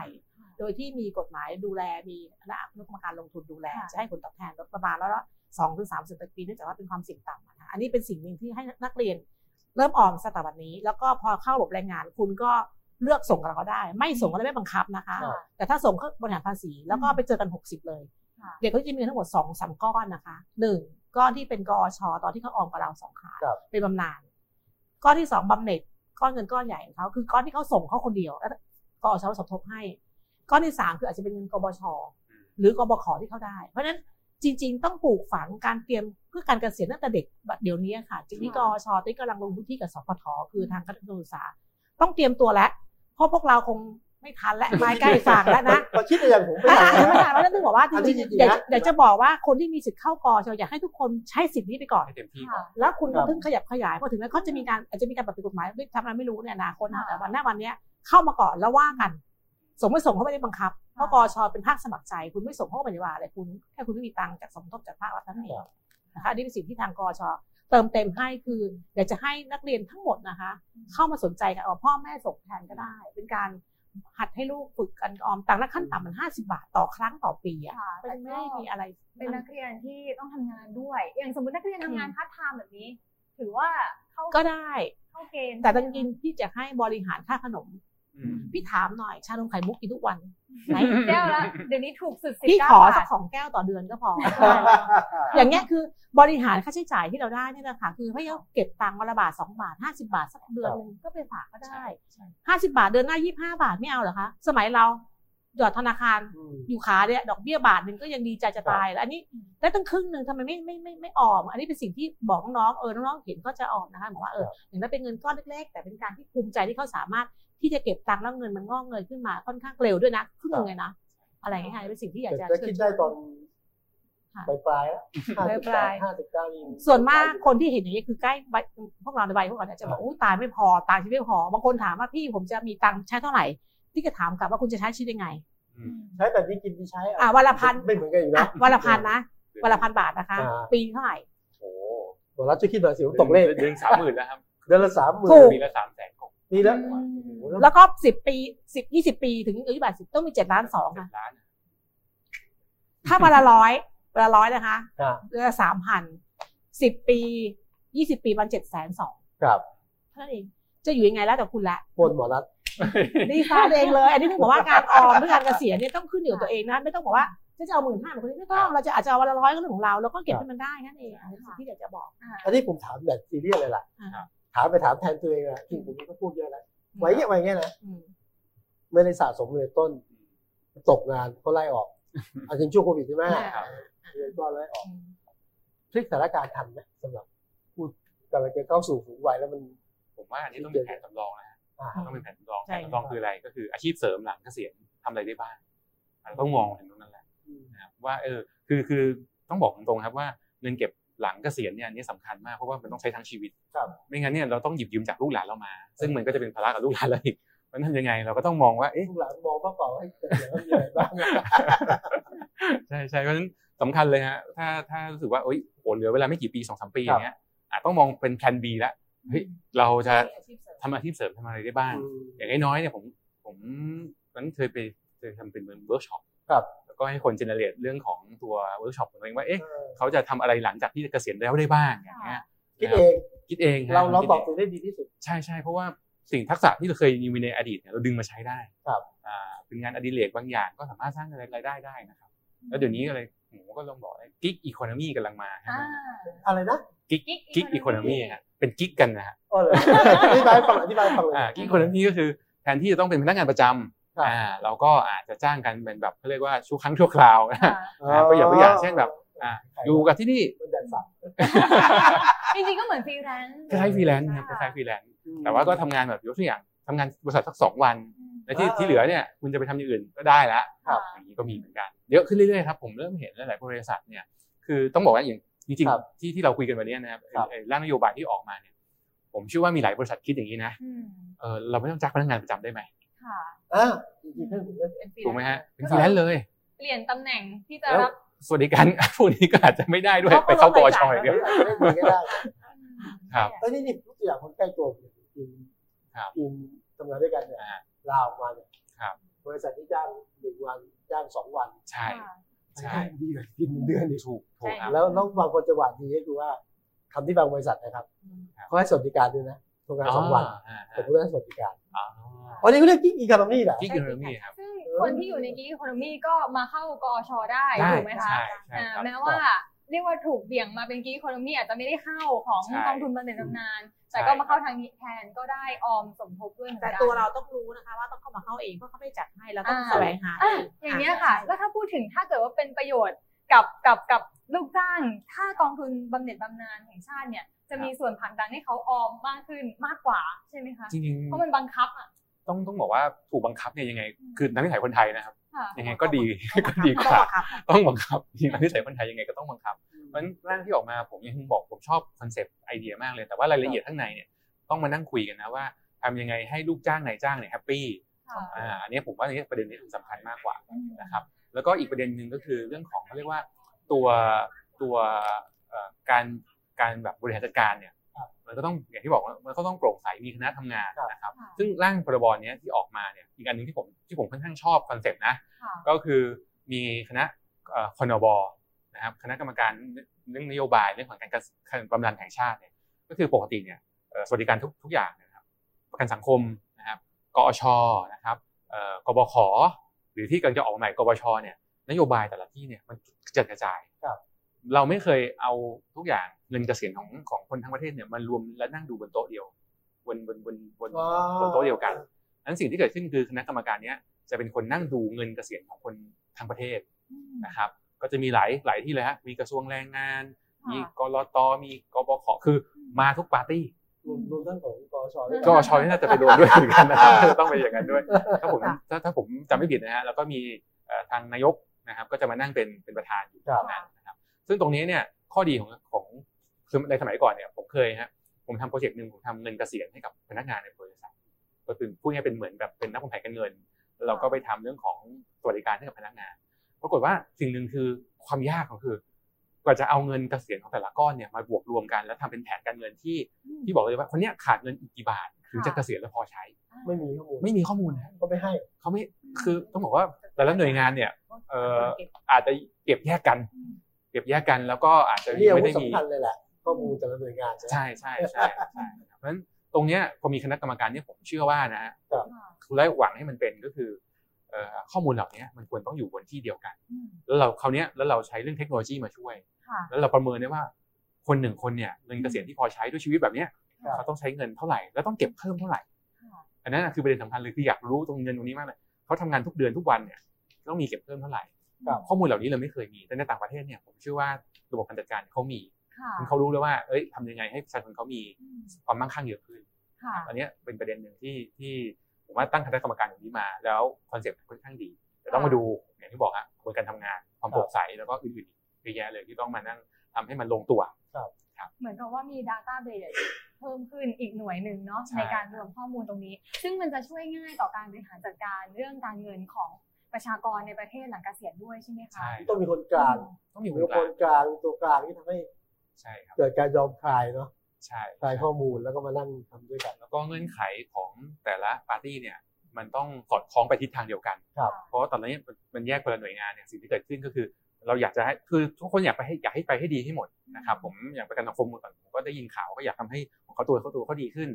โดยที่มีกฎหมายดูแลมีคณะอนุกรรมการลงทุนดูแล
ค่ะ
จะให้ผลตอบแทนลดประมาณแล้วละสองถึงสามสิบปีเนื่องจากว่าเป็นความเสี่ยงต่ำนะคะอันนี้เป็นสิ่งหนึ่งที่ให้นักเรียนเริ่มออมสถาบันนี้ แล้วก็พอเข้าระบบแรงงาน คุณก็เลือกส่งกับเราก็ได้ ไม่ส่งก็ไม่บังคับนะคะ
ค่ะ
แต่ถ้าส่งก็บริหารภาษีแล้วก็ไปเจอกัน 60 เลย
ค่ะ
เด็กก็จะมีทั้งหมด2องสามก้อนนะคะหนึ่งก้อนที่เป็นกอชตอนที่เขาออมกับเราสองขา
ครับ
เป็นบำนาญก้อนที่สองบำเหน็จก้อนเงินก้อนใหญ่ของเขาคือก้อนที่เขาส่งเขาคนเดียวแล้วกอชสมทบให้ ก้อนที่สามคืออาจจะเป็นเงินกบช หรือกบขที่เขาได้ เพราะฉะนั้นจริง ๆ ต้องปลูกฝังการเตรียมเพื่อการเกษียณตั้งแต่เด็กบัดเดี๋ยวนี้ค่ะจริงที่กอชที่กำลังลงพื้นที่กับสพทคือทางกระทรวงศึกษา ต้องเตรียมตัวแล้วเพราะพวกเราคงไม่ทันและไม้ใกล้ฝากแล้วนะ
พอคิดอย่างผมไป
ไม่
ไหนนะ
ต่าง ไม่ต่างแล้วนั่นถึงบอกว่าจ
อันนี้
ริง
จริงๆ
ๆอยาก
นะ
อยากจะบอกว่าคนที่มีสิทธิ์เข้ากอชอยากให้ทุกคนใช้สิทธิ์นี้ไปก่อน
ให้เต็มที่ก่อ
ค่ะ
น
แล้วคุณ
ครั
ก็
บ
ถึงขยับขยายพอถึงแล้วก็จะมีการอาจจะมีการปฏิบัติกฎหมายไม่ทำอะไรไม่รู้เนี่ยอนะคนนะ
ค่ะ
แต่วันหน้าวันเนี้ยเข้ามาก่อนแล้วว่ากัน ส่งไม่ส่งเขาไม่ได้บังคับเพราะกอชเป็นภาคสมัครใจ คุณไม่ส่งเขาก็ไม่ได้ว่าอะไรคุณแค่คุณไม่มีตังค์จากสมทบจากภาครัฐนั่นเองนะคะอันนี้เป็นสิ่งที่ทางกอชเติมเต็มให้คืออยากจะให้นักเรียนทั้งหมดนะคะ เข้ามาสนใจกันเอาพ่อแม่ส่งแทนก็ได้ เป็นการหัดให้ลูกฝึกกันออมต่างและขั้นต่ำมัน 50 บาทต่อครั้งต่อปีอ่ะ
ค่ะ
มัน
แต่
ไม่
ก็
ได้มีอะไร
เป็นนักเรียนที่ต้องทำงานด้วย อย่างสมมตินักเรียนทำงาน
อืม
พาร์ทไทม์แบบนี้ ถือว่าเข้า
ก็ได้
เข้าเกณฑ์
แต่จริงๆที่จะให้บริหารค่าขนม
อืม
พี่ถามหน่อยชานมไข่มุกกินทุกวันไหน
แก้วละเดี๋ยวนี้ถูกสุดสิบ
พี่
เก้า
ขอบ
า
สั
ท
กสองแก้วต่อเดือน ก็พอ อย่างเงี้ยคือบริหารค่าใช้จ่ายที่เราได้เนี่ยนะคะคือให้เราเก็บตังค์วันละบาทสองบาทห้าสิบาทสักเดือนหนึงก็ไปฝากก็ได้ห้าสิบาทเดือนหน้ายี่ห้าบาทไม่เอาเหรอคะสมัยเราหยอดธนาคาร
อืม
อยู่ขาเนี่ยดอกเบี้ยบาทหนึ่งก็ยังดีใจจะตายแล้วอันนี้ได้ตั้งครึ่งหนึ่งทำไมไม่ไม่ไม่ไม่ออม อันนี้เป็นสิ่งที่บอกน้องๆเออน้องๆเห็นก็จะออมนะคะบอกว่าเอออย่างนั้นเป็นเงินก้อนเล็กๆ แต่เป็นการที่ภูมิใจที่เขาสามารถที่จะเก็บตังค์แล้วเงินมันงอกเงยขึ้นมาค่อนข้างเร็วด้วยนะครึ่งหนึงเลยนะอะไรอย่างเงี้ยค่ะเป็นสิ่งที่อยากจะ
แต่
เชิ
คิ
ญ
ด
ช
ได้
วน
ตอน
ค่ะ
ปลายปลายๆแล้ว
ปลายๆ
ห้าสิบเก้านี่
ส่วนมากคนที่เห็นอย่างนี้ยคือใกล้วัยพวกเราในวัยพวกเราเนี่ยจะบอกอุ้ยตายไม่พอตายชีวิตไม่พอบางคนถามว่าพี่ผมจะมีตังค์ใช้เท่าไหร่ ที่จะถามกลับว่าคุณจะใช้ชีวิตยังไง
ใช้แบบนี้กินที่ใช้
อ่ะวันละพัน
ไม่เหมือนกันอีก
อ่ะ
นะ
วันละพันนะวันละพันบาทนะคะ
อ่า
ปีเท่าไหร่
โอ้
หัวเราะจะคิดหน่อยสิผมตกเลข
เดือนสามหมื่นแล้วครับ
เดือนละสามหมื่น
ถูก
ปีละสามแสนกว่า
นี่แล้ว
แล้วก็สิบปีสิบยี่สิบปีถึงอายุบาทสิบต้องมีเจ็ดล้านสอง
เจ็
ค่ะ
ดล้าน
ถ้าวันละร้อยวันละร้อยนะคะ
อ่ะ
เดือนละสามพันสิบปียี่สิบปีมันเจ็ดแสนสอง
ครับ
เท่านั้นเองจะอยู่ยังไงแล้วแต่คุณละ
คนหมอรัฐ
ดีค่ะเองเลยอันนี้ผมบอกว่าการออมหรือการเกษียณเนี่ยต้องขึ้นอยู่กับตัวเองนะไม่ต้องบอกว่าจะเอาหมื่นห้าหรือคนนี้ไม่ต้องเราจะอาจจะเอาวันละร้อยก็เรื่องของเราแล้วก็เก็บให้มันได้นั่นเองอันนี้สิ่งที่อยากจะบอก
อันนี้ผมถามแบบซีเรียสเลยล่ะ
ครับ
ถามไปถามแทนตัวเองนะจริงผมก็พูดเยอะนะไว้เงี้ยไว้เงี้ยนะ
อืม
ไม่ได้สะสมเงินต้น ตกงานก็ไล่ออกอาจจะช่วงโควิดใช่ไหม
ครับ
เงินก็ไล่ออก
อืม
พลิกสถานการณ์ทันไหมสำหรับพูดกำลังจะเข้าสู่สูงวัยแล้วมัน
ผมว่าอันนี้ต้องเป็นแผนสำรองนะฮะ
อ่า
ต้องเป็นแผนสำรองแผนสำรองคืออะไรก็คืออาชีพเสริมหลังเกษียณทำอะไรได้บ้างอ่ะต้องมองเห็นตรงนั้นแหละ นะครับว่าเออคือคือต้องบอกตรงๆครับว่าเงินเก็บหลังเกษียณเนี่ยอันนี่สำคัญมากเพราะว่ามันต้องใช้ทั้งชีวิต
ครับ
ไม่งั้นเนี่ยเราต้องหยิบยืมจากลูกหลานเรามา ซึ่งมันก็จะเป็นภาระกับลูกหลานเราอีกมันทำยังไงเราก็ต้องมองว่าเอ๊ะ
ลูกหลานมองว่าเปล่าให้เกิดอะไรมีอะไรบ้างอะ
ใช่ใช่เพราะฉะนั้นสำคัญเลยฮะถ้าถ้ารู้สึกว่าโอ้ยโหเหลือเวลาไม่กี่ปีสองสามปีอย่างเงี้ยอาจต้องมองเป็นแผน B ละเฮ้ยเราจะ
อาชีพเสริม
ทำอาชีพเสริมทำอะไรได้บ้าง
อืม
อย่างน้อยๆเนี่ยผมผมนั้นเคยไปเคยทำเป็นเหมือนเวิร์กช็อป
ครับ
แล้วก็ให้คนเจเนเรตเรื่องของตัวเวิร์กช็อปของตัวเองว่าเอ๊ะ เขาจะทำอะไรหลังจากที่เกษียณแล้วได้บ้างอย่างเงี้ย
คิดเอง
คิดเองฮะ
เราเรา
คิด
ต
ง
อบตัวได้ดีที่สุด
ใช่ใช่เพราะว่าสิ่งทักษะที่เราเคยมีในอดีตเนี่ยเราดึงมาใช้ได้
ครับ
อ่าเป็นงานอดิเรกบางอย่างก็สามารถสร้างรายได้ได้นะครับ แล้วเดี๋ยวนี้อะไรผมก็ลองบอกเลยกิ๊กอีโคโนมีกำลังมา
อ่า
อะไรนะ
กิ๊ก
Gig
กิ๊กอีโคโนมี
economy
ฮะเป็นกิ๊กกันนะฮะ
อ๋อเหรออธิบายฟังหน่อยอธิบายฟังหน่อย
อ่ากิ๊กอีโคโนมีก็คือแทนที่จะต้องเป็นพนักงานประจ
ครับ
ำอ่าเราก็อาจจะจ้างกันเป็นแบบเขาเรียกว่าชั่วครั้งชั่วค ราวนะ
ค่ะ
ฮะ อ่าก็อย่างตัวอย่างเช่นแบบ อ่าอยู่กับที่นี่
มันแดดสับ
จริงๆก็เหมือนฟรีแลนซ์
คล้ายๆฟรีแลนซ์นะครับค
ค่ะ
ล้ายๆฟรีแลนซ์แต่ว่าก็ทำงานแบบยกตัวอย่างทำงานบริษัทสักสองวัน
อืม
และที่
อ่า
ที่เหลือเนี่ยคุณจะไปทำอย่างอื่นก็ได้ละ
ครับ
อย่างนี้ก็มีเหมือนกันเยอะขึ้นเรื่อยๆครับผมเริ่มเห็นหลายๆบริษัทเนี่ยคือต้องบอกว่าอย่างจริง
ครับ
ๆที่ที่เราคุยกันวันนี้นะครับ
ครับ
ไอ้ไอ้ร่างนโยบายที่ออกมาเนี่ยผมเชื่อว่ามีหลายบริษัทคิดอย่างนี้นะ
อืม
เออเราไม่ต้องจ้างพนักงานประจำได้ไหม
ค่ะ
อ่าจริงๆถ้าผมเลือก
เป็นฟรีแลนซ์
ถูกไหมฮะเป็นฟรีแลนซ์เลย
เปลี่ยนตำแหน่งที่จะ
แล้ว
รับ
สวัสดิการ พวกนี้ก็อาจจะไม่ได้ด้วยไปเข้าปอชอย่างเดียว
ไม่เหมือนก็ได้
ครับ
เอ้ยนี่นี่ยกตัวอย่างคนใกล้ตัวผมทีม
ครับ
ทีมทำงานด้วยกันเนี่ย
อ่า
ลาออกมาเนี่ย
ครับ
บริษัทที่จ้างหนึ่งวันจ้างสองวัน
ใช่
ค่ะ
ใช่
ดีกว่ากินเดือนอีก
ถูกถูกครับ
แล้วแล้วบางคนจังหวะดีก็คือว่าคำที่บางบริษัทนะครับ
ครับ
เขาให้สวัสดิการด้วยนะทำงานสองวัน
อ่า
ผมก็ได้สวัสดิการ
อ่า
อ๋อนี่เขาเรียกกิ๊กอีกาโนมี่เหรอ
ที่กินเรื่องนี้ครับ
ซึ่งคนที่อยู่ในกิ๊กอีโคโนมีก็มาเข้ากอชได้
ได้
ถูกไหมคะ
ใช่ใช่
อ่า
ครับ
แม้ว่าเรียกว่าถูกเบี่ยงมาเป็นกิ๊กอีโคโนมีอาจจะไม่ได้เข้าของ
ใช่
กองทุนบำเหน็จบำนาญ
ใช่
แต่ก็มาเข้าทางนี้แทนก็ได้ออมสมทบด้วยหมือน
แต่
กัน
ตัวเราต้องรู้นะคะว่าต้องเข้ามาเข้าเองเพราะเขาไม่จัดให้เราต้องแสวงหา
อ่ะอย่างเงี้ยค่ะ แล้วถ้าพูดถึงถ้าเกิดว่าเป็นประโยชน์กับกับกับลูกจ้าง ถ้ากองทุนบำเหน็จบำนาญแห่งชาติเนี่ยจะมีส่วนผลักดันให้เขาออมมากขึ้นมากกว่าใช่ไหมคะ
จริงๆ
เพราะมันบังคับอ่ะ
ต้องต้องบอกว่าถูกบังคับเนี่ยยังไง
อืม
คือนักนิสัยคนไทยนะครับ
ค่ะ
ยังไงก็ดีก็ดีก
ต้อง
ว่า
บังคับ
ต้องบังคับ นักนิสัยคนไทยยังไงก็ต้องบังคับเพราะฉะนั้นร่างที่ออกมาผมยังบอกผมชอบคอนเซปต์ไอเดียมากเลยแต่ว่ารายละเอียดข้างในเนี่ยต้องมานั่งคุยกันนะว่าทำยังไงให้ลูกจ้างนายจ้างเนี่ยแฮปปี้
ค่ะ
อ่าอันนี้ผมว่าอันนี้ประเด็นนี้สำคัญมากกว่า
อืม
นะครับ แล้วก็อีกประเด็นหนึ่งก็คือเรื่องของเขาเรียกว่าตัวตัวเอ่อการการแบบบริหารจัดการเนี่ย
ครับ
มันก็ต้องอย่างที่บอกว่ามันก็ต้องโปร่งใสมีคณะทำงาน
ครับ
นะครับ
ค่ะ
ซึ่งร่างพรบเนี้ยที่ออกมาเนี่ยอีกอันหนึ่งที่ผมที่ผมค่อนข้างชอบคอนเซ็ปต์นะ
ค่ะ
ก็คือมีคณะเอ่อคอนบนะครับคณะกรรมการเรื่องนโยบายเรื่องของการกระการบำนาญแห่งชาติเนี่ยก็คือปกติเนี่ยเอ่อสวัสดิการทุกทุกอย่างเนยนะครับประกันสังคมนะครับ กอชนะครับเอ่อกบขหรือที่กำลังจะออกใหม่กบชเนี่ยนโยบายแต่ละที่เนี่ยมันกระจัดกระจาย
ครับ
เราไม่เคยเอาทุกอย่างเงินเกษียณของของคนทั้งประเทศเนี่ยมันรวมและนั่งดูบนโต๊ะเดียวบนบนบนบน
อ๋อ
บนโต๊ะเดียวกัน นั้นสิ่งที่เกิดขึ้นคือคณะกรรมการเนี้ยจะเป็นคนนั่งดูเงินเกษียณของคนทั้งประเทศนะครับ ก็จะมีหลายหลายที่เลยฮะ มีกระทรวงแรงงาน มีกรตมีกบขคือมาทุกปาร์ตี้
รวมรวมทั้งของกอชด้วย
กอชอยน่าจะไปโดนด้วยเหมือนกันนะครับ
อ่า
ต้องไปอย่างนั้นด้วย ถ้าผม
ค่ะ
ถ้าถ้าผมจำไม่ผิดนะฮะแล้วก็มีเอ่อทางนายกนะครับก็จะมานั่งเป็นเป็นประธานอยู่ตรงนั้นนะครับซึ่งตรงนี้เนี่ยข้อดีของของคือในสมัยก่อนเนี่ยผมเคยฮะผมทำโปรเจกต์หนึ่งผมทำเงินเกษียณให้กับพนักงานในบริษัทก็คือพูดง่ายๆเป็นเหมือนแบบเป็นนักวางแผนการเงินแล้วเราก็ไปทำเรื่องของสวัสดิการให้กับพนักงาน ปรากฏว่าสิ่งหนึ่งคือความยากก็คือกว่าจะเอาเงินเกษียณของแต่ละก้อนเนี่ยมาบวกรวมกัน แล้วทำเป็นแผนการเงินที่ที่บอกเลยว่าคนเนี้ยขาดเงินอีกกี่บาทถึงจะเกษียณแล้วพอใช้
ไม่มีข้อมูล
ไม่มีข้อมูลนะ
ก็ไม่ให้
เขาไม่ คือต้องบอกว่าแต่ละหน่วยงานเนี่ย เอ่อ อาจจะเก็บแยกกัน เก็บแยกกันแล้วก็อาจจะ
นี่อา
ไม่
วุธ
ได้มี
สำคัญเลยแหละข้อมูลแต่ละหน่วยงานนะ
ใช่ใช่ ใช่ใช่เพราะฉะนั้นตรงเนี้ยพอมีคณะกรรมการเนี่ยผมเชื่อว่านะฮะ
ครับ
และหวังให้มันเป็นก็คือเอ่อข้อมูลเหล่านี้มันควรต้องอยู่บนที่เดียวกัน แล้วเราคราวเนี้ยแล้วเราใช้เรื่องเทคโนโลยีมาช่วย
ค่ะ
แล้วเราประเมินได้ว่าคนหนึ่งคนเนี่ยเงินเกษียณที่พอใช้ด้วยชีวิตแบบเนี้ย
ครับ
เขาต้องใช้เงินเท่าไหร่แล้วต้องเก็บเพิ่มเท่าไหร่
ค่ะ
อันนั้นน่ะคือประเด็นสำคัญเลยคืออยากรู้ตรงเงินตรงนี้มากเลยเขาทำงานทุกเดือนทุกวันเนี่ยต้องมีเก็บเพิ่มเท่าไหร่
ครับ
ข้อมูลเหล่านี้เราไม่เคยมีแต่ในต่างประเทศเนี่ยผมเชื่อว่าระบบการจัดการเขามี
ค่ะ
คือเขารู้แล้วว่าเอ้ยทำยังไงให้ประชาชนเขามี
อืม
ความมั่งคั่งเยอะขึ้น
ค่ะ
อันเนี้ยเป็นประเด็นหนึ่งที่ที่ผมว่าตั้งคณะกรรมการอย่างนี้มา แล้วคอนเซ็ปต์ค่อนข้างดีแต่ต้องมาดูอย่างที่บอกอะกระบวนการทำงานความโปร่งใสแล้วก็อื่นๆอีกเยอะแยะเลยที่ต้องมานั่งทำให้มันลงตัว
เหมือนกับว่ามี Database เพิ่มขึ้นอีกหน่วยหนึ่งเนาะ
ใช่
ในการรวมข้อมูลตรงนี้ ซึ่งมันจะช่วยง่ายต่อการบริหารจัดการเรื่องการเงินของประชากรในประเทศหลังเกษียณด้วยใช่ไหมคะ
ใช่
ต้องมีคนกลาง
ต้องมีค
มี
นก
ค
ลาง
นกลางมีตัวกลางที่ทำให้
ใช่ครับ
เกิดการยอมคลายเนาะ
ใช่
คลายข้อมูลแล้วก็มานั่งทำด้วยกัน
แล้วก็เงื่อนไขของแต่ละปาร์ตี้เนี่ยมันต้องสอดคล้องไปทิศทางเดียวกัน
ครับ
เพราะว่าตอนนี้มันแยกคนละหน่วยงานเนี่ยสิ่งที่เกิดขึ้นก็คือ เราอยากจะให้คือทุกคนอยากไปให้อยากให้ไปให้ดีให้หมดนะครับผมอย่างประกันสังคมเมื่อก่อนผมก็ได้ยินข่าวก็อยากทำให้ของเขาตัวเขาตัวเขาดีขึ้น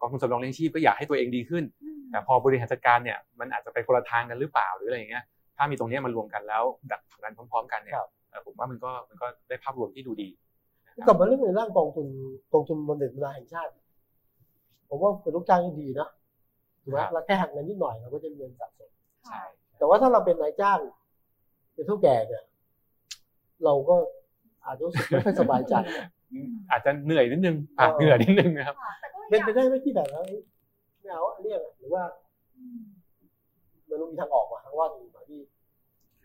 กองทุนสำรองเลี้ยงชีพก็อยากให้ตัวเองดีขึ้น
อืม
แต่พอบริหารจัดการเนี่ยมันอาจจะไปคนละทางกันหรือเปล่าหรืออะไรอย่างเงี้ยถ้ามีตรงเนี้ยมันรวมกันแล้วดักผลักดันพร้อมๆ กันเนี่ย
ครับ
เอ่อผมว่ามันก็มันก็ได้ภาพรวมที่ดูดี
กลับมาเรื่องในร่างกองทุนกองทุนบำเหน็จบำนาญแห่งชาติ ผมว่าเป็นลูกจ้างที่ดีนะถูกไหม
ครับ
เราแค่หักเงินนิดหน่อยเราก็จะมีเงินสะสม
ใช่
แต่ว่าถ้าเราเป็นนายจ้าง เป็นผู้แก่เนี่ยเราก็อาจจะรู้สึกไม่ค่อยส บายใจ
อาจจะเหนื่อยนิดนึงอ่ะ
เออ
เหนื่อยนิดนึงนะครับ
ค่ะแต่ก็อ
เป็น
ยาก
ไปได้ไหมที่แบบว่าเอ้ยไม่เอาเรียกอะหรือว่า
อืม
ไมันรู้มีทางออกมาทางว่าดีกว่าที่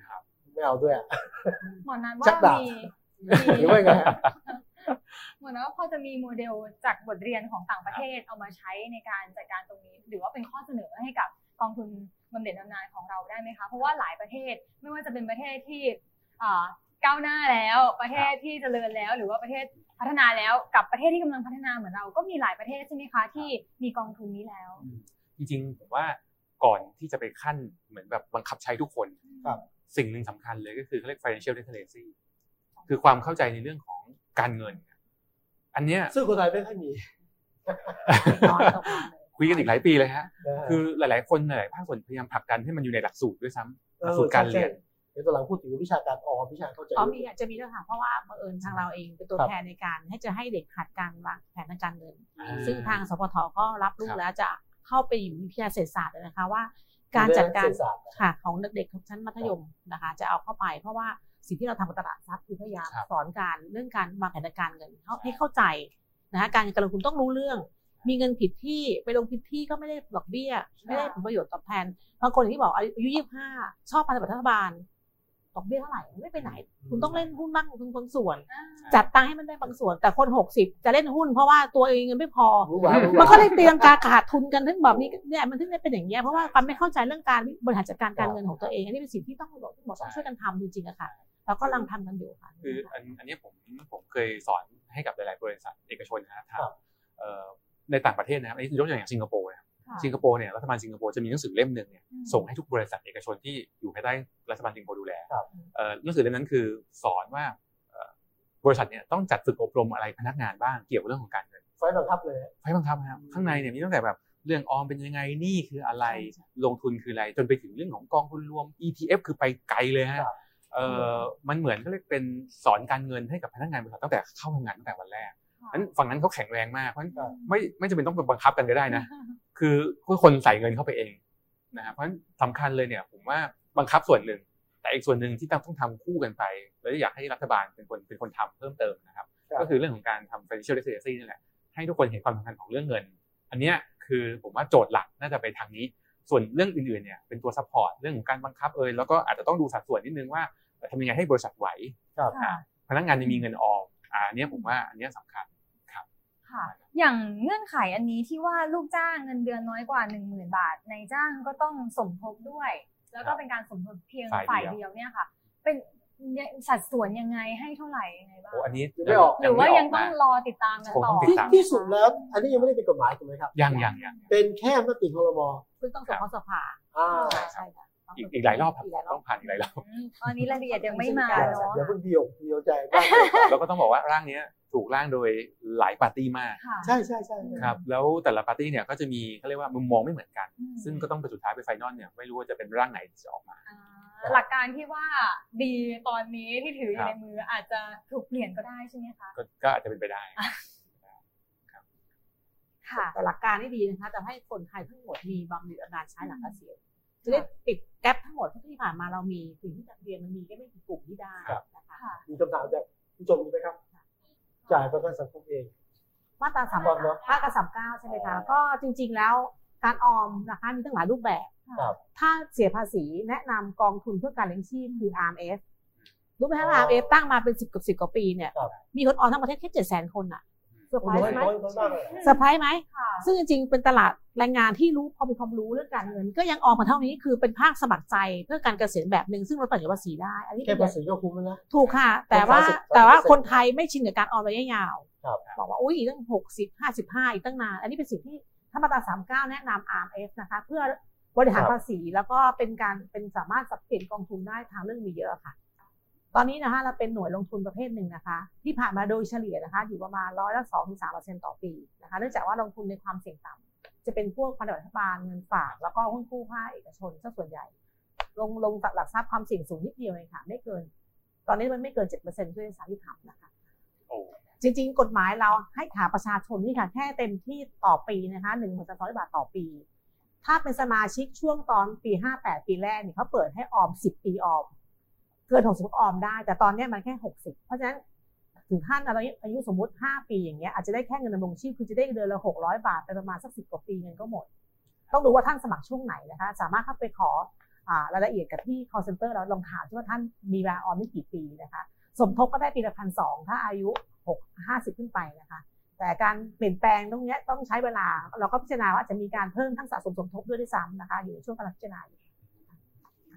ครับ
ไม่เอาด้วยอะ
หมอนั้น
ชั
ว่าก
ดาบ
มี
ห
มี
รือว่าไงฮะ
เหมือนว่าพอจะมีโมเดลจากบทเรียนของต่างประเทศเอามาใช้ในการจัดการตรงนี้ หรือว่าเป็นข้อเสนอให้กับกองทุนบำเหน็จบำนาญของเราได้ไหมคะเพราะว่าหลายประเทศไม่ว่าจะเป็นประเทศที่อ่าก้าวหน้าแล้วประเทศที่เจริญแล้ว หรือว่าประเทศพัฒนาแล้วกับประเทศที่กำลังพัฒนาเหมือนเราก็มีหลายประเทศใช่ไหมคะที่มีกองทุนนี้แล้ว
จริงๆผมว่าก่อนที่จะไปขั้นเหมือนแบบบังคับใช้ทุกคน
ครับ
สิ่งหนึ่งสำคัญเลยก็คือเขาเรียก financial literacy คือความเข้าใจในเรื่องของการเงิน อันเนี้ย
ซึ่งคนไทยไม่ค่อยมี
น้อยลงมาเลย
คุยกันอีกหลายปีเลยฮะ
นะฮะ
คือหลายๆคนหลายๆภาคส่วนพยายามผลักดันให้มันอยู่ในหลักสูตรด้วยซ้ำห
อ
ลั
อก
สูตรการเรียน
ใช่ๆเดี๋ยวตอนหลังพูดถึงวิชาการออมวิชาเข้าใจ
อ๋อมีอาจจะมีด้วยค่ะเพราะว่าบังเอิญทางเราเองเป็นตัวแทนในการให้จะให้เด็กหัดการวางแผนทางการเงิน
อ่า
ซึ่งทางสพทก็รับลู
ค
ก
รับ
แล้วจะเข้าไปอยู่วิทยาเศรษฐศาสตร์เลยนะคะว่า การจัดการ
เองเศษศสตร์
ค่ะของเด็กๆชั้นมัธยมนะคะ จะเอาเข้าไป เพราะว่าสิ่งที่เราทำกับตลาดทรัพย์คือพยายาม
ครับ
สอนการเรื่องการวางแผนทางการเงินเข้าให้เข้าใจนะคะการการลงทุนต้องรู้เรื่อง มีเงินผิดที่ไปลงผิดที่ก็ไม่ได้ดอกเบี้ย ไม่ได้ผลประโยชน์ตอบแทนบางคนอย่างที่บอกอายุยี่สิบห้าชอบพันธบัตรรัฐบาลดอกเบี้ยเท่าไหร่ไม่ไปไหน คุณต้องเล่นหุ้นบ้างคุณบางส่วน จัดตังค์ให้มันได้บางส่วน แต่คน 60 จะเล่นหุ้นเพราะว่าตัวเองเงินไม่พอ
รู้หว่ารู้ห
มัน
ว่า
ก็เลยเตียงกาขาดทุนกันทั้งแบบนี้เนี่ยมันถึงได้เป็นอย่างเงี้ยเพราะว่าความไม่เข้าใจเรื่องการบริหารจัดการการเงินของตัวเองอันนี้เป็นสิ่งที่ต้องบอกต้องบอกต้องช่วยกันทำจริงๆอะค่ะแล้วก็กำลังทำกันอยู่ค่ะ
คืออันอันเนี้ยผมผมเคยสอนให้กับหลาย ๆ บริษัทเอกชนนะครับ
ครับ
เอ่อในต่างประเทศนะครับอันนี้ยกตัวอย่างสิงคโปร์นะครับ
ค่ะ
สิงคโปร์เนี่ยรัฐบาลสิงคโปร์จะมีหนังสือเล่มหนึ่งเนี่ยส่งให้ทุกบริษัทเอกชนที่อยู่ภายใต้รัฐบาลสิงคโปร์ดูแล
ครับ
เอ่อหนังสือเล่มนั้นคือสอนว่าเอ่อบริษัทเนี่ยต้องจัดฝึกอบรมอะไรพนักงานบ้างเกี่ยวกับเรื่องของการเงิน
ไฟบังคับเลยฮะ
ไฟบังคับนะครับข้างในเนี่ยมีตั้งแต่แบบ เรื่องออมเป็นยังไงหนี่คืออะไร
ใช่
ลงทุนคืออะไร จนไปถึงเรื่องของกองทุนรวม ETF คือไปไกลเลยฮะ
ครับ
เอ่อมันเหมือนเขาเรียกเป็นสอนการเงินให้กับพนักงานบริษัทตั้งแต่เข้าทำงานตั้งแต่วันแรก
ค่ะ
นั้นฝั่งนั้นเขาแข็งแรงมากเพราะฉะนั้น
ครับ
ไม่ไม่จำเป็นต้องไปบังคับกันก็ได้นะ คือคนใส่เงินเข้าไปเองนะครับเพราะฉะนั้นสำคัญเลยเนี่ยผมว่าบังคับส่วนหนึ่ง แต่อีกส่วนหนึ่งที่ต้องทำคู่กันไปแล้วอยากให้รัฐบาลเป็นคนเป็นคนทำเพิ่มเติมนะครับ
ครับ
ก็คือเรื่องของการทำ financial literacy นี่แหละให้ทุกคนเห็นความสำคัญของเรื่องเงิน อันเนี้ยคือผมว่าโจทย์หลักน่าจะไปทางนี้ ส่วนเรื่องอื่นๆเนี่ยเป็นตัว support เรื่องของการบังคับเอยแล้วก็อาจจะต้องดูสัดส่วนนิดนึงว่าทำยังไงให้บริษัทไหว
ค่ะ
พนักงานยังมีเงินออมอ่าอันเนี้ยผมว่าอันเนี้ยสำคัญ
ค่ะ อย่างเงื่อนไขอันนี้ที่ว่าลูกจ้างเงินเดือนน้อยกว่า 1 0,000 บาทนายจ้างก็ต้องสมทบด้วย แล้วก็เป็นการสมทบเพียง
ฝ่าย
ฝ่าย
เดียว
เดียวเนี่ยค่ะ เป็นสัดส่วนยังไงให้เท่าไหร่ยังไงบ้าง
โอ้อันนี้
ยังไม่ออก
หรือว่ายัง
ม
ต้องรอติดตามกัน
คง
ต่
ต้
อ
องติ
ที่
ตาม
ที่สุดแล้ว อันนี้ยังไม่ได้เป็นกฎหมายถูกไหมครับ
ยังยังยัง
เป็นแค่มติคอรมอ
ซึ่งต้องส่งเข้าสภา
อ่า
ใช่ค่ะต้ง
อี
ส่
ก
ง
อีกหลายรอบครับ
อีกหลายร
ต้
อ
อบ งผ่านอีกหลายรอบ
อืมตอนนี้รายละเอียดยังไม่มาเนาะ
อย่าเพิ่งเดียวเดียวใจม าก
แล้วก็ต้องบอกว่าร่างเนี้ยถูกร่างโดยหลายปาร์ตี้มาก
ค่ะ
ใช่ใช่ใช่ใช่
ครับแล้วแต่ละปาร์ตี้เนี่ยก็จะมีเขาเรียกว่ามุมมองไม่เหมือนกัน
อืม
ซึ่งก็ต้องไปสุดท้ายไปไฟนอลเนี่ยไม่รู้ว่าจะเป็นร่างไหนที่จะออกมา
อ่าหลักการที่ว่าดีตอนนี้ที่ถืออยู่ในมืออาจจะถูกเปลี่ยนก็ได้ใช่ไหมคะ
ก็ก็อาจจะเป็นไปได้
ค่ะ
แต่หลักการนี่ดีนะคะแต่ให้คนไทยทั้งหมดมีบำเหน็จบำนาญใช้หลังเกษียณจะได้ปิดแกลบทั้งหมดเพราะที่ผ่านมาเรามีสิ่งที่จะเรียนมันมีแค่ไม่กี่กลุ่มที่ได้
ครับ
นะคะ
ค่ะ
มีคำถามจากผู้ชมไหมครับ จ่ายประกันสังคมเอง
มาตราสาม
ครับเนอะ
มาตราสามเก้าใช่ไหมคะก็จริงๆแล้วการออมนะคะมีตั้งหลายรูปแบบ
ครับ
ถ้าเสียภาษีแนะนำกองทุนเพื่อการเลี้ยงชีพคือ RMF รู้ไหม
อ๋
คะ
อ
RMF ตั้งมาเป็นสิบเกือบสิบกว่าปีเนี่ย
ครับ
มีคนออมทั้งประเทศแค่เจ็ดแสนคนอะเซอร์ไพร
น้อย
ส์ไหม
น้อยน้อยมากเลย
เซอร์ไพรส์ไหม
ค่ะ
ซึ่งจริงๆ เป็นตลาดแรงงานที่รู้พอมีความรู้เรื่องการเงิน ก็ยังออกมาเท่านี้คือเป็นภาคสมัครใจเพื่อการเกษียณแบบหนึ่งซึ่งลดหย่อนภาษีได้ อันนี้
แค่
เป็น
ภาษีก็คุ้มแล้วนะ
ถูกค่ะ แต่ว่า
สามสิบ
แต่ว่า
สามสิบ
คนไทยไม่ชินกับการออมระยะยาว
ครับ
บอกว่าอุ้ยอีกตั้งหกสิบห้าสิบห้าอีกตั้งนาน อันนี้เป็นสิ่งที่ถ้ามาตราสามเก้า39 แนะนำ RMF นะคะเพื่อบริหารภาษีแล้วก็เป็นการเป็นสามารถสับเปลี่ยนกองทุนได้ทางเรื่องมีเยอะค่ะ ตอนนี้นะคะเราเป็นหน่วยลงทุนประเภทหนึ่งนะคะ ที่ผ่านมาโดยเฉลี่ยนะคะ อยู่ประมาณร้อยละสองถึงสามเปอร์เซ็นต์ต่อปีนะคะเนื่องจากว่าลงทุนในความเสี่ยงต่ำจะเป็นพวกพันธบัตรรัฐบาลเงินฝากแล้วก็หุ้นกู้ภาคเอกชนซะส่วนใหญ่ ลงลงหลักทรัพย์ความเสี่ยงสูงนิดเดียวเองค่ะ ไม่เกิน ตอนนี้มันไม่เกินเจ็ดเปอร์เซ็นต์ด้วยซ้ำที่ทำนะคะ
โอ้
จริงๆ กฎหมายเราให้ถามประชาชนนี่ค่ะ แค่เต็มที่ต่อปีนะคะหนึ่งพันสองร้อยบาทต่อปี ถ้าเป็นสมาชิกช่วงตอนปีห้าแปดปีแรกเนี่ยเขาเปิดให้ออมสิบปีออม เกินหกสิบออมได้ แต่ตอนเนี้ยมันแค่หกสิบเพราะฉะนั้นถึงขั้นเราอายุสมมติห้าปีอย่างเงี้ยอาจจะได้แค่เงินดำรงชีพคือจะได้เดือนละหกร้อยบาทไปประมาณสักสิบกว่าปีเงินก็หมด ต้องดูว่าท่านสมัครช่วงไหนนะคะ สามารถเข้าไปขออ่ารายละเอียดกับที่ call center แล้วลองถามที่ว่าท่านมีเวลาออมได้กี่ปีนะคะ สมทบก็ได้ปีละพันสองถ้าอายุหกห้าสิบขึ้นไปนะคะ แต่การเปลี่ยนแปลงตรงเนี้ยต้องใช้เวลา เราก็พิจารณาว่าอาจจะมีการเพิ่มทั้งสะสมสมทบด้วยด้วยซ้ำนะคะ อยู่ในช่วงกำลังพิจารณาอยู่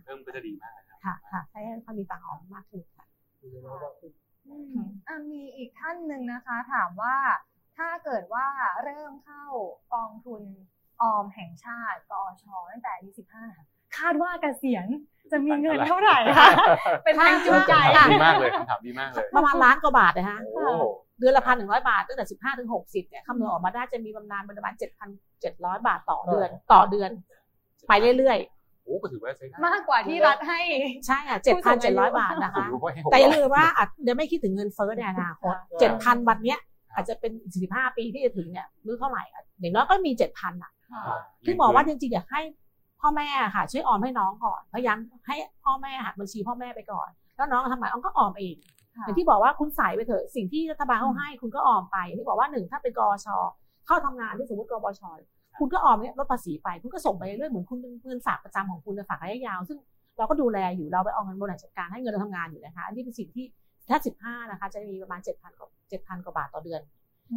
เพิ่มก็จะดีมาก
ค่ะค่ะให้เขามีตังค์ออมมากขึ้นค่ะ
อืมอ่ะมีอีกท่านหนึ่งนะคะ ถามว่าถ้าเกิดว่าเริ่มเข้ากองทุนออมแห่งชาติกอชตั้งแต่อายุ15 คาดว่าเกษียณจะมีเงินเท่าไหร่คะ เป็นแรงจูงใจ
ช่
คำ
ค่ะ
ถามดีมากเลยคำถามดีมากเลย
ประมาณล้านกว่าบาทนะคะ
โอ้
เดือนละพันหนึ่งร้อยบาท ตั้งแต่สิบห้าถึงหกสิบเนี่ยคำนวณออกมาได้จะมีบำนาญบำนาญเจ็ดพันเจ็ดร้อยบาทต่อเดือนต่อเดือน ไปเรื่อย
โอ้ก็ถือว่าใช้ได้
มากกว่าที่รัฐให้
ๆ ใช่ค่ะเจ็ดพันเจ็ดร้อยบาทนะ
ผม
คะ
รู้ว่าให้หก
แต่อย่าลืมว่าอาจจะไม่คิดถึงเงินเฟ้อในอนาคตเจ็ดพันวันเนี้ยอาจจะเป็นสี่สิบห้าปีที่จะถึงเนี่ยรู้เท่าไหร่อ่ะอย่างน้อยก็มีเจ็ดพันอ่ะคือบอกว่าจริงๆอยากให้พ่อแม่ค่ะ ช่วยออมให้น้องก่อนพยายามให้พ่อแม่หักบัญชีพ่อแม่ไปก่อน แล้วน้องทำไมอ้อมก็ออมเองอย่างที่บอกว่าคุณใส่ไปเถอะสิ่งที่รัฐบาลเขาให้คุณก็ออมไปอย่างที่บอกว่าหนึ่งถ้าเป็นกอชเข้าทำงานที่สมมติกบชคุณก็ออมเนี่ยลดภาษีไป คุณก็ส่งไปเรื่อยๆเหมือนคุณเป็นเงินฝากประจำของคุณในฝากระยะยาว ซึ่ง เราก็ดูแลอยู่เราไปเอาเงินบริหารจัดการให้เงินเราทำงานอยู่นะคะอันนี้เป็นสิ่งที่ถ้า 15 นะคะ จะมีประมาณ 7,000กว่า7,000 กว่าบาทต่อเดือน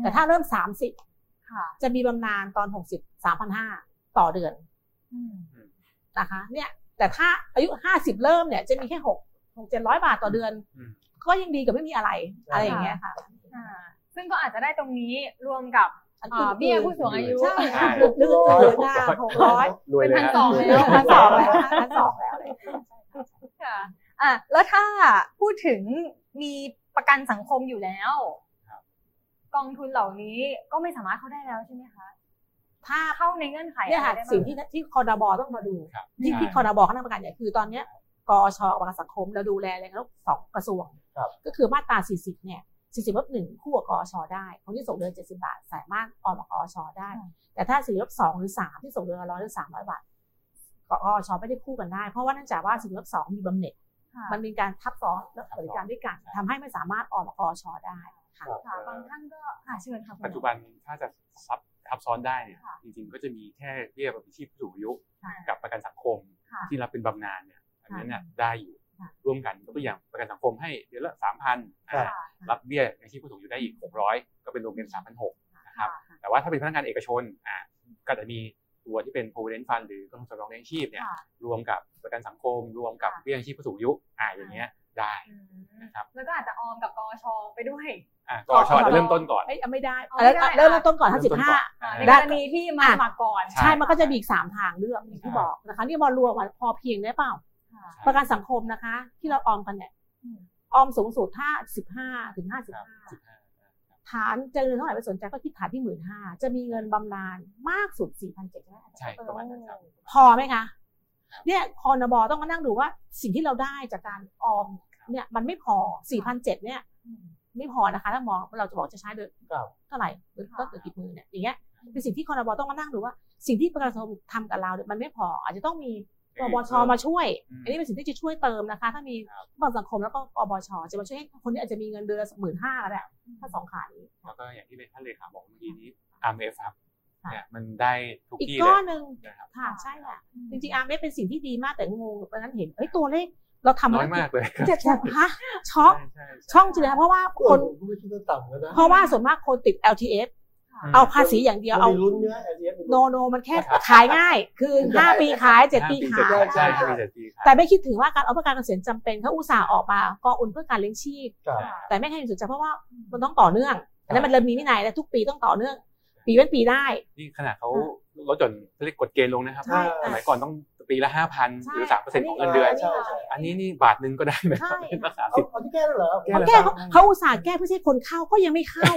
แต่ถ้าเริ่ม
ค่ะ
30 จะมีบำนาญตอน 60 3,500 ต่อเดือน
อืม
นะคะเนี่ยแต่ถ้าอายุ 50 เริ่มเนี่ยจะมีแค่6 6 700 บาทต่อเดือน
อืม
ก็ยังดีกว่าไม่มีอะไรอะไรอย่างเงี้ยค่ะ
อ่าซึ่งก็อาจจะได้ตรงนี้รวมกับ
อัน
อ่าเบี้ยผู้สูงอายุ
ใช่
ใช่
หรือหรือหรือหน้าหกร้อย
รวยเลย
เป็นพัน
ฮะ
สองเลย
พันสองแล้วพันสองแล้วเลย
ค่ะอ่ะแล้วถ้าพูดถึงมีประกันสังคมอยู่แล้ว
ครับ
กองทุนเหล่านี้ก็ไม่สามารถเข้าได้แล้วใช่ไหมคะ
ถ้า
เข้าในเงื่อนไข
เนี่ยค่ะ
อะไรได้บ้า
สิ่งที่ที่คอดบต้องมาดู
ครับ
ที่ที่
ใช่
คอดบคณะกรรมการใหญ่คือตอนเนี้ยกอชประกันสังคมเราดูแลแรงงานแล้วสองกระทรวง
ครับ
ก็คือมาตรา 40 เนี่ย 40ลบหนึ่งคู่กับกอชได้ คนที่ส่งเดือน70 บาท สามารถออมกับกอชได้ แต่ถ้า40ลบสองหรือสามที่ส่งเดือนละร้อยหรือสามร้อยบาทกอชไม่ได้คู่กันได้ เพราะว่าเนื่องจากว่า40ลบสองมีบำเหน็จ
ค่ะ
มันมีการทับซ้อนและบริการด้วยกันทำให้ไม่สามารถออมกับกอชได้ค่ะ
ครับ
ค่ะบางท่านก็ค่ะเชิญค่ะคุณหมอ
ปัจจุบันถ้าจะซับทับซ้อนได้เนี่ย
ค่ะ
จริงๆ ก็จะมีแค่เบี้ยประกันชีพผู้สูงอายุ
ค่ะ
กับประกันสังคม
ค่ะ
ที่รับเป็นบำนาญเนี่ยอันนั้นเนี่ยได้อยู่
ค่ะ
ร่วมกันยกตัวอย่างประกันสังคมให้เดือนละสามพัน
ค่ะ
รับเบี้ยยังชีพผู้สูงอายุได้อีกหกร้อยก็เป็นรวมเป็นสามพันหกนะครับ แต่ว่าถ้าเป็นพนักงานเอกชนอ่ะก็จะมีตัวที่เป็น provident fund หรือกองทุนสำรองเลี้ยงชีพเนี่ย
ค่ะ
รวมกับประกันสังคม รวมกับ
ค่ะ
เบี้ยยังชีพผู้สูงอายุอ่ะอย่างเงี้ยได้
อืม
นะครับ
แล้วก็อาจจะออมกับกอชไปด้วย
อ่ะกอชจะเริ่มต้นก่อน
เอ้ยไม่ได้
เอาไม่ได้
เริ่มต้นก่อนถ้า
เริ่มต้นก่อน
15
ใน
ได้
กรณีที่มาสมัครก่อน
ใช่
ใช่ มันก็จะมีอีกสามทางเลือกอย่างที่
ใช่
บอกนะคะ นี่บอลรวมพอเพียงได้เปล่า ประกันสังคมนะคะ ที่เราออมกันเนี่ย
อืม
ออมสูงสุดถ้าสิบห้าถึงห้าสิบ
ครับ
ห้า
สิบห้า
ฐานจะเงินเท่าไหร่ไปสนใจก็คิดฐานที่หมื่นห้าจะมีเงินบำนาญมากสุดสี่พันเจ็ด
ใช่ประมาณนั้นครับ
พอไหมคะ เนี่ยคอนบอต้องมานั่งดูว่าสิ่งที่เราได้จากการออมเนี่ยมันไม่พอสี่พันเจ็ดเนี่ย ไม่พอนะคะถ้ามองเราจะบอกจะใช้เดือน
ครับ
เท่าไหร่หรือต้องเดือนกี่หมื่นเนี่ยอย่างเงี้ยเป็นสิ่งที่คอนบอต้องมานั่งดูว่า สิ่งที่ประกันสังคมทำกับเราเนี่ยมันไม่พอ อาจจะต้องมี กบชมาช่วย
อืม
อันนี้เป็นสิ่งที่จะช่วยเติมนะคะ ถ้ามี
ครับ
ผู้ประกันสังคมแล้วก็กบชจะมาช่วยให้คนที่อาจจะมีเงินเดือนหมื่นห้าก็ได้ถ้าสองขานี้
แล้วก็อย่างที่ท่านเลขาบอกเมื่อกี้นี้ RMF ครับ
ค่ะ
เนี่ยมันได้ทุก
อีก
ที่
ก้อน
เลย
หนึ่ง
นะครับ
ค่ะใช่แหละ
อืม
จริงๆอาร์เมเป็นสิ่งที่ดีมากแต่งงตอนนั้นเห็นเอ้ยตัวเลขเราทำ
น้อยมากเลยครับ
เจ็ดแสนฮะช็อก
ใใ
ช่องจริงๆนะเพราะว่าคน
ผมไม่คิดว่าต่ำแล้วนะ
เพราะว่าส่วนมากคนติด LTF
อืม
เอาภาษีอย่างเดียวเอา
มันมีลุ้นเนื้อ LTF
โนโนมันแค่ขายง่าย คือห้าปีขายเจ็ดปี
ห้
ขาย
ปีใช่ห้าปีเจ็ดปีขาย
แต่ไม่คิดถึงว่าการเอาประกันเกษียณจำเป็นเขาอุตส่าห์ออกมากองอุนเพื่อการเลี้ยงชีพ
ครับ
แต่ไม่ให้มีสุดใจเพราะว่ามันต้องต่อเนื่องอันนั้นมันเริ่มมีวินัยและทุกปีต้องต่อเนื่อง ปีเว้นปีได้
นี่ขนาดเขาลดจนเขาเรียกกฎเกณฑ์ลงนะครับ
ใช่
สมัยก่อนต้องปีละห้าพันหรือสามเปอร์เซ็นต์ของเงินเดือน
ใช่ใช่
อันนี้นี่บาทหนึ่งก็ได้ไหมครับ
ใช่
รักษา
เอา
สิทธิ์
เอาที่แก้แล้วเหรอ
แก้
เขา
ล้ว
แก้เขาเขาอุตส่าห์แก้เพื่อให้คนเข้าก็ยังไม่เข้า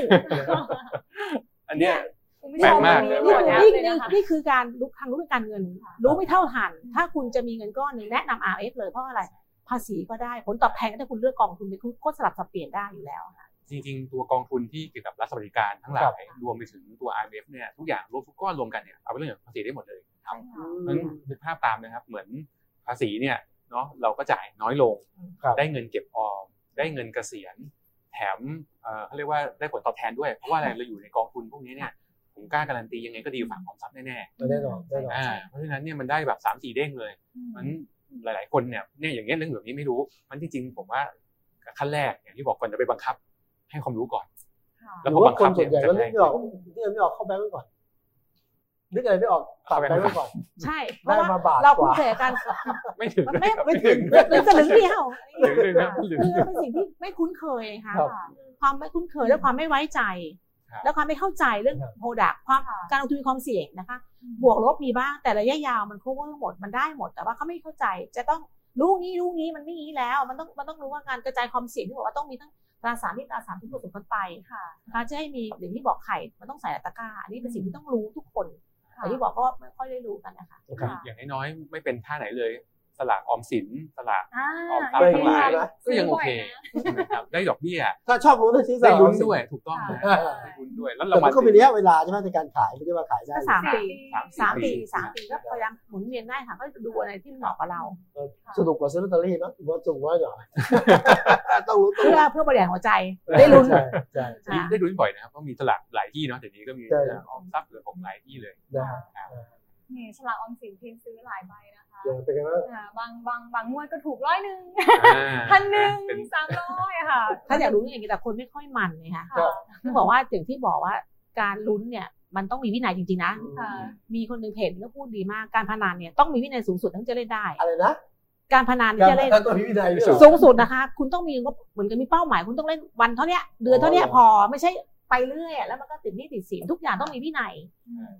อันเนี้ย
คุณ
แปลกมาก
ผู้ชวัน
นี่คือ
นี้หมด
นี่
แล้วเลยนะคะ
คือนี่คือการรู้ทางรู้เรื่องการเงิน รู้ไม่เท่าทัน ถ้าคุณจะมีเงินก้อนหนึงแนะนำ RF เลยเพราะอะไร ภาษีก็ได้ผลตอบแทนก็ได้คุณเลือกกองทุนไปคุณก็สลับสับเปลี่ยนได้อยู่แล้วค่ะ
จริงๆ ตัวกองทุนที่เกี่ยวกับรัฐสวัสดิการทั้งหลายรวมไปถึงตัว RMF เนี่ยทุกอย่างรวมทุกก้อนรวมกันเนี่ยเอาไปเรื่องของภาษีได้หมดเลยครับ เพราะฉะนั้นนึกภาพตามนะครับ เหมือนภาษีเนี่ยเนาะเราก็จ่ายน้อยลง
ครับ
ได้เงินเก็บออม ได้เงินเกษียณ แถมเอ่อเขาเรียกว่าได้ผลตอบแทนด้วย เพราะว่าอะไรเราอยู่ในกองทุนพวกนี้เนี่ยผมกล้าการันตียังไงก็ดีกว่าฝากออมทรัพย์แน่
ไม่ได้หรอกได้หรอก
ๆอ่าเพราะฉะนั้นเนี่ยมันได้แบบ3ามสี่เด้งเลยมันหลาย ๆ คนเนี่ยเนี่ยอย่างเงี้ยเรื่องแบบนี้ไม่รู้ มันจริงๆ ผมว่าขั้นแรกอย่างที่บอกก่อนจะไปบังคับ ให้ความรู้ก่อน
ห
แล้ว
รื
พอ
อว่า
บัง
ค
คั
น
บ
ส่
เนี่
วน
ย
ใหญ่ก็นึ
จะได้
กไม่ออกนึกอะไรไม่ออกเข้าแบงค์ไว้ก่อนนึกอะไรไม่ออกฝากแบงค์ไว้ก่อน
ใช่ เพ
ได้
ราะว่า
มาบาท
เรา
ก
คุ้น
ว่า
เคยกับการ
ไม่ถึง
มันไม่
ครับ
ไม่
ไม่
ถึ
ถึ
ง
ง
หรือจะหรือเดียว
ถึงเลยนะถึง
คือเป็นสิ่งที่ไม่คุ้นเคยนะคะ
ครับ
ความไม่คุ้นเคยและความไม่ไว้ใจ
ครับ
และความไม่เข้าใจเรื่อง
ครับ
โปรดักต์ความ
ค่ะ
การลงทุนมีความเสี่ยงนะคะ บวกลบมีบ้างแต่ระยะยาวมันครบทั้งหมดมันได้หมดแต่ว่าเขาไม่เข้าใจ จะต้องรู้งี้รู้งี้มันไม่งี้แล้ว มันต้องมันต้องรู้ว่าการกระจายความเสี่ยงที่บอกว่าต้องมีทั้งตราสารหนี่ตราสารที่ผสมกันไป
ค่ะ
นะคะจะให้มีอย่างที่บอกไข่มันต้องใส่ตะกร้าอันนี้เป็นสิ่งที่ต้องรู้ทุกคนแต่ที่บอกก็ไม่ค่อยได้รู้กันนะคะ
ครับอย่างน้อยๆไม่เป็นท่าไหนเลย สลากออมสินสลาก
อ่า
ออมทรัพ
เป็
ย์
น
ทั้งหลาย
นะ
ก็ยังโอเคนะครับได้ดอกเบี้ย
ถ้าชอบรู้ต้องซื้อส
ได้
ลาก
ลุ้นด้วยถูกต้องนะ
อ่า
ได้ลุ้นด้วยแล้วรา
แต่
งวั
มั
ล
นก็มีระยะเวลาใช่ไหมในการขายไม่ใช่ว่าขายได้
ก็สาม
ปี
สามปีสามปีก็พยายามหมุนเวียนได้ค่ะก็ดูอะไรที่เหมาะกับเรา
สนุกกว่าซื้อลอตเตอรี่มั้งว่าจุกว่าหน่อย ต้องรู้ต้อง
เพื่อ
รู้
เพื่อบริหารหัวใจได้ลุ้น
ใช่ใช่
นี่ได้ลุ้นบ่อยนะครับเพราะมีสลากหลายที่เนาะเดี๋ยวนี้ก็มีสลากออมทรัพย์หรือของหลายที่เลย
นะฮะ
นี่ฉลากออมสินพิมพ์ซื้อหลายใบนะคะ
เดี๋ยวเป็นไงบ้าง
อ่าบางบางบางงวดก็ถูกร้อยหนึ่ง
อ่า
พันหนึ่ง
เป็น
สามร้อยอะค่ะ
ถ้าอยากรู้อย่างนี้แต่คนไม่ค่อยมันไงคะ
ก็
ค่ะ
คือบอกว่าถึงที่บอกว่าการลุ้นเนี่ยมันต้องมีวินัยจริงๆนะ
ค่ะ
มีคนหนึ่งเพจก็พูดดีมากการพนันเนี่ยต้องมีวินัยสูงสุดถึงจะเล่นได้
อะไรนะ
การพนัน
กา
ที่จะ
ร
เล่น
ตั้งตัวพิวินัยด้วยเหรอ
สูงสุดนะคะ คุณต้องมีงบเหมือนกับมีเป้าหมาย คุณต้องเล่นวันเท่าเนี้ยเดือนเท่าเนี้ย
อ๋อ
พอไม่ใช่ไปเรื่อยอะแล้วมันก็ติดหนี้ติดสินทุกอย่างต้องมีวินัย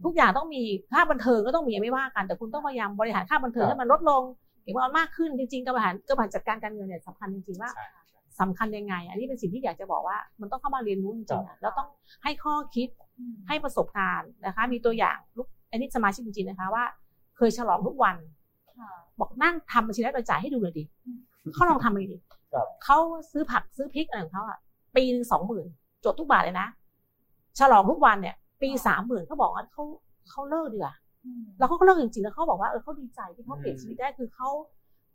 ทุกอย่างต้องมีค่าบันเทิงก็ต้องมีไม่ว่ากัน แต่คุณต้องพยายามบริหารค่าบันเทิงให้มันลดลงหรือว่ามันมากขึ้นจริงๆการบริหารการบริหารจัดการการเงินเนี่ยสำคัญจริงๆว่า
ใช่
สำคัญยังไง อันนี้เป็นสิ่งที่อยากจะบอกว่า มันต้องเข้ามาเรียนรู้จริงๆอะแล้วต้องให้ข้อคิดให้ประสบการณ์นะคะ มีตัวอย่างลูกอันนี้สมาชิกจริงๆนะคะว่า เคยฉลองทุกวัน บอกนั่งทำบัญชีรายจ่ายให้ดูเลยดิ
อืม
เขาลองทำเลยดิ
ครับ
เขาซื้อผักซื้อพริกอะไรของเขาอ่ะปีหนึ่งสองหมื่นจดทุกบาทเลยนะ ฉลองทุกวันเนี่ย ปีสามหมื่นเขาบอกว่าเขาเขาเลิกดีกว่าแล้วเขาก็เลิกจริงๆแล้วเขาบอกว่าเออเขาดีใจที่เขาเปลี่ยนชีวิตได้คือเขา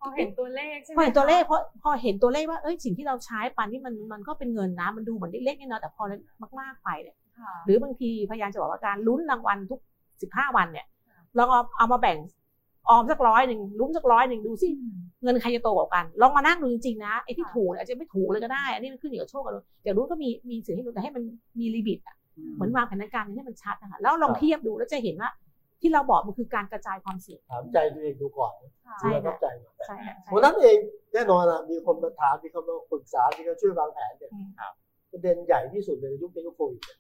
พอเห็นตัวเลขใช่ไหม
พอเห็นตัวเลขพอพอเห็นตัวเลขว่าเอ้ยสิ่งที่เราใช้ปันนี่มันมันก็เป็นเงินนะมันดูเหมือนเล็กๆน้อยๆแต่พอมากๆไปเนี่ย
ค่ะ
หรือบางทีพยายามจะบอกว่าการลุ้นรางวัลทุก 15 วันเนี่ยลองเอาเอามาแบ่งออมสักร้อยหนึ่งลุ้นสักร้อยหนึ่งดูสิเงินใครจะโตกว่ากันลองมานั่งดูจริงๆนะไอ้ที่ถูกเนี่ยอาจจะไม่ถูกเลยก็ได้ อันนี้มันขึ้นอยู่กับโชคกันเลยอย่างรู้นก็มีมีสื่อให้รู้นแต่ให้มันมีลิมิตอะเหมือนวางแผนการเงินให้มันชัดนะคะแล้วลองเทียบดูแล้วจะเห็นว่าที่เราบอกมันคือการกระจายความเสี่ยง
ถามใจตัวเองดูก่อน
ค่ะ
ใช่
ดูแล้วก็
ค่ะ
ใจก่อน
ใช่ค่ะใช่
วันนั้นเองแน่นอนอะมีคนมาถามมีคนมาปรึกษามีคนช่วยวางแผนเนี่ย
อืม
ครับ
ประเด็นใหญ่ที่สุดเลยในยุคในยุคโควิดเนี่ย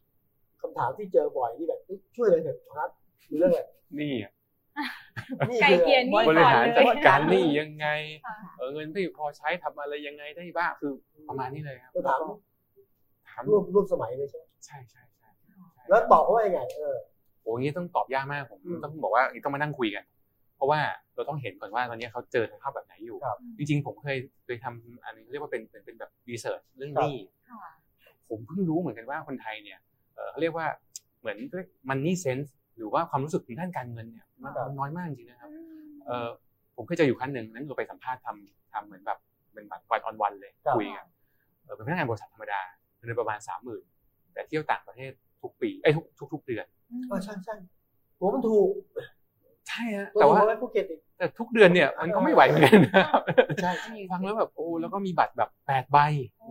คำถามที่เจอบ่อยที่แบบเอ้ยช่วยเลยเถอะครับดูเรื่อง อะไร
นี่อะ
นี่
ไก่
คือ
เกลียนนี่
บริ
ก่อน
หาร
เล
จั
ย
ดการหนี่ยังไง
ค่ะ
เออเงินที่พอใช้ทำอะไรยังไงได้บ้างคือประมาณนี้เลยครับ
คำถาม
ถาม
ร่วมร่วมสมัยเลยใช่ไหม
ใช่ใช่ใช่ใช่
แล้วตอบเขาว่ายังไงเออ
โอ้ยงี้ต้องตอบยากมากผม
อืม
ต้องบอกว่าต้องมานั่งคุยกัน เพราะว่าเราต้องเห็นก่อนว่าตอนนี้เขาเจอสภาพแบบไหนอยู่
ครับ
จริงๆ ผมเคยเคยทำอันนึงเรียกว่าเป็นเป็นเป็นแบบรีเสิร์ชเรื่องหนี้
ค่ะ
ผมเพิ่งรู้เหมือนกันว่าคนไทยเนี่ยเอ่อเขาเรียกว่าเหมือนมันนี่เซนส์หรือว่าความรู้สึกทางด้านการเงินเนี่ยมัน
ครับ
น้อยมากจริงนะครับ
อืม
เออผมเคยเจออยู่ครั้งหนึ่งนั้นเราไปสัมภาษณ์ทำทำเหมือนแบบเป็นแบบวันออนวันเลย
ครับ
คุยกันเออเป็นพนักงานบริษัทธรรมดาเงินเดือนประมาณสามหมื่นแต่เที่ยวต่างประเทศทุกปีไอ้ยทุกทุกทุกเดือน
เออใช่ใช่หัวมันถูก
ใช่ฮะ
ตัว
แต่
ถูก
ว่า
เอาไว้ภูเก็ตอีก
แต่ทุกเดือนเนี่ยมันก็ไม่ไหวเหมือนกันนะครับ
ใช่
ฟังแล้วแบบโอ้แล้วก็มีบัตรแบบแปดใบ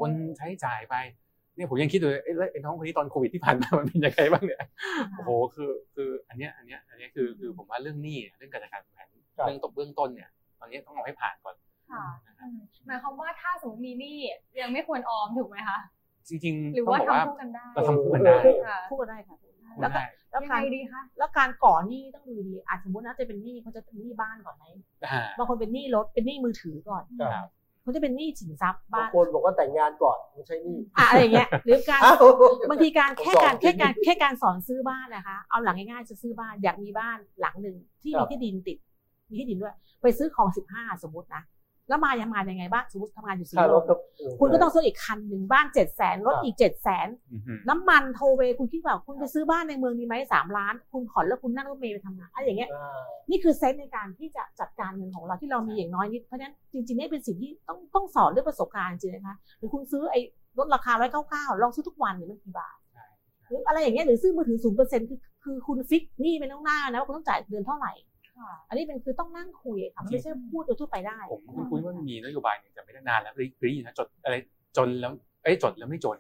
วนใช้จ่ายไปเนี่ยผมยังคิดอยู่เลยเอ้ยแล้วไอ้น้องคนนี้ตอนโควิดที่ผ่านมา มันเป็นยังไงบ้า งเนี่ยโอ้โหคือคืออันเนี้ยอันเนี้ยอันเนี้ยคือคือผมว่าเรื่องหนี้เรื่องการจัดการแผน
ครับ
เรื่องต้นเบื้องต้นเนี่ยตอนนี้ต้องเอาให้ผ่านก่อน
ค่ะ
นะครับ
อืมหมายความว่าถ้าสมมติมีหนี้ยังไม่ควรออมถูกไหมคะ
จริง
หรือ
ๆต้อง
ว่า
บอกว่า
ทำคู่กันได้
เราทำคู่
ค่ะ
พูดกั
กันได้
นได้ค่ะพูดกันได้แล้วก็
ได้
แล้ว
ยัง
กา
ไง
ร
ดีคะ
แล้วการก่อหนี้ต้องดูดีอาจสมมตินะจะเป็นหนี้เขาจะเป็นหนี้บ้านก่อนไหม
อ่า
บางคนเป็นหนี้รถเป็นหนี้มือถือก่อน
ครับ
เขาจะเป็นหนี้สินทรัพย์
บา
บ้าง น
คนบอกว่าแต่งงานก่อนไม่ใช่นี่
อะอะไรอย่างเงี้ยหรือการ
อ้าว
บางที การแค่กา
ผมสอน
รแค่การแค่การสอนซื้อบ้านนะคะ เอาหลังง่ายๆจะซื้อบ้านอยากมีบ้านหลังหนึ่งที่มีที่ดินติด มีที่ดินด้วย ไปซื้อของสิบห้าสมมตินะแล้วมายังมายังไงบ้างสมมติทำงานอยู่สี่
ค่าร
โล
ถก็
คุณก็ต้องซื้ออีกคันหนึ่งบ้านเจ็ดแสนรถอีกเจ็ดแสน
อือฮึ
น้ำมันโทเวคุณคิดว่าคุณไปซื้อบ้านในเมืองนี้ไหมสามล้าน คุณผ่อนแล้วคุณนั่งรถเมล์ไปทำงานอะไรอย่างเงี้ย
อ่า
นี่คือเซนส์ในการที่จะจัดการเงินของเราที่เรามีอย่างน้อยนิด เพราะฉะนั้นจริงๆนี่เป็นสิ่งที่ต้องต้องสอนด้วยประสบการณ์จริงๆนะคะ หรือคุณซื้อไอ้ลดราคาร้อยเก้าเก้าลองซื้อทุกวันเนี่ยมันกี่บาท
ใช่
หรืออะไรอย่างเงี้ยหรือซื้อมือถือศูนย์เปอร์เซ็นต์คือคือคุณฟิกหนี่เป็นต้องหน้านะว่าคุณต้องจ่ายเดือนเท่าไหร่
ค่ะ
อันนี้เป็นคือต้องนั่งคุยค่ะมันไม่ใช่พูดโดยทั่วไปได้
ผมคุณคุยว่ามีนโยบายหนึ่งจะไม่ได้นานแล้วเคยได้ยินนะจดอะไรจนแล้วเอ้ยจดแล้วไม่จน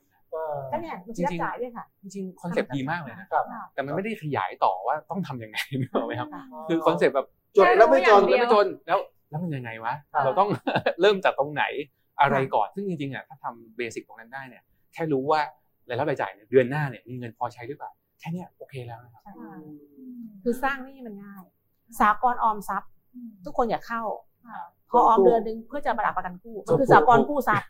ก็เนี่ยมันจะได้จ่ายด้วยค่ะ
จริงๆคอนเซปต์ดีมากเลยนะครับ แต่มันไม่ได้ขยายต่อว่าต้องทำยังไง นึกออกไหมครับ
ค่ะ
คือคอนเซปต์แบบ
จดแล้วไม่จน
เดียว
แล้วไม่จนแล้วแล้วมันยังไงวะ
ครับ
เราต้อง เริ่มจากตรงไหนอะไรก่อนซึ่งจริงๆอ่ะถ้าทำเบสิกตรงนั้นได้เนี่ยแค่รู้ว่ารายรับรายจ่ายเนี่ยเดือนหน้าเนี่ยมีเงินพอใช้หรือเปล่าแค่เนี้ยโอเคแล้วนะครับ
ใช่
อื
ค่ะ
ม
คือสร้างหนี่มันง่าย สากลออมทรัพย์ ทุกคนอย่าเข้า
ค่ะ
พอออมเดือนหนึ่งเพื่อจะมาดักประกันกู้มันคือ
ถูก
สากลกู้ทรัพย์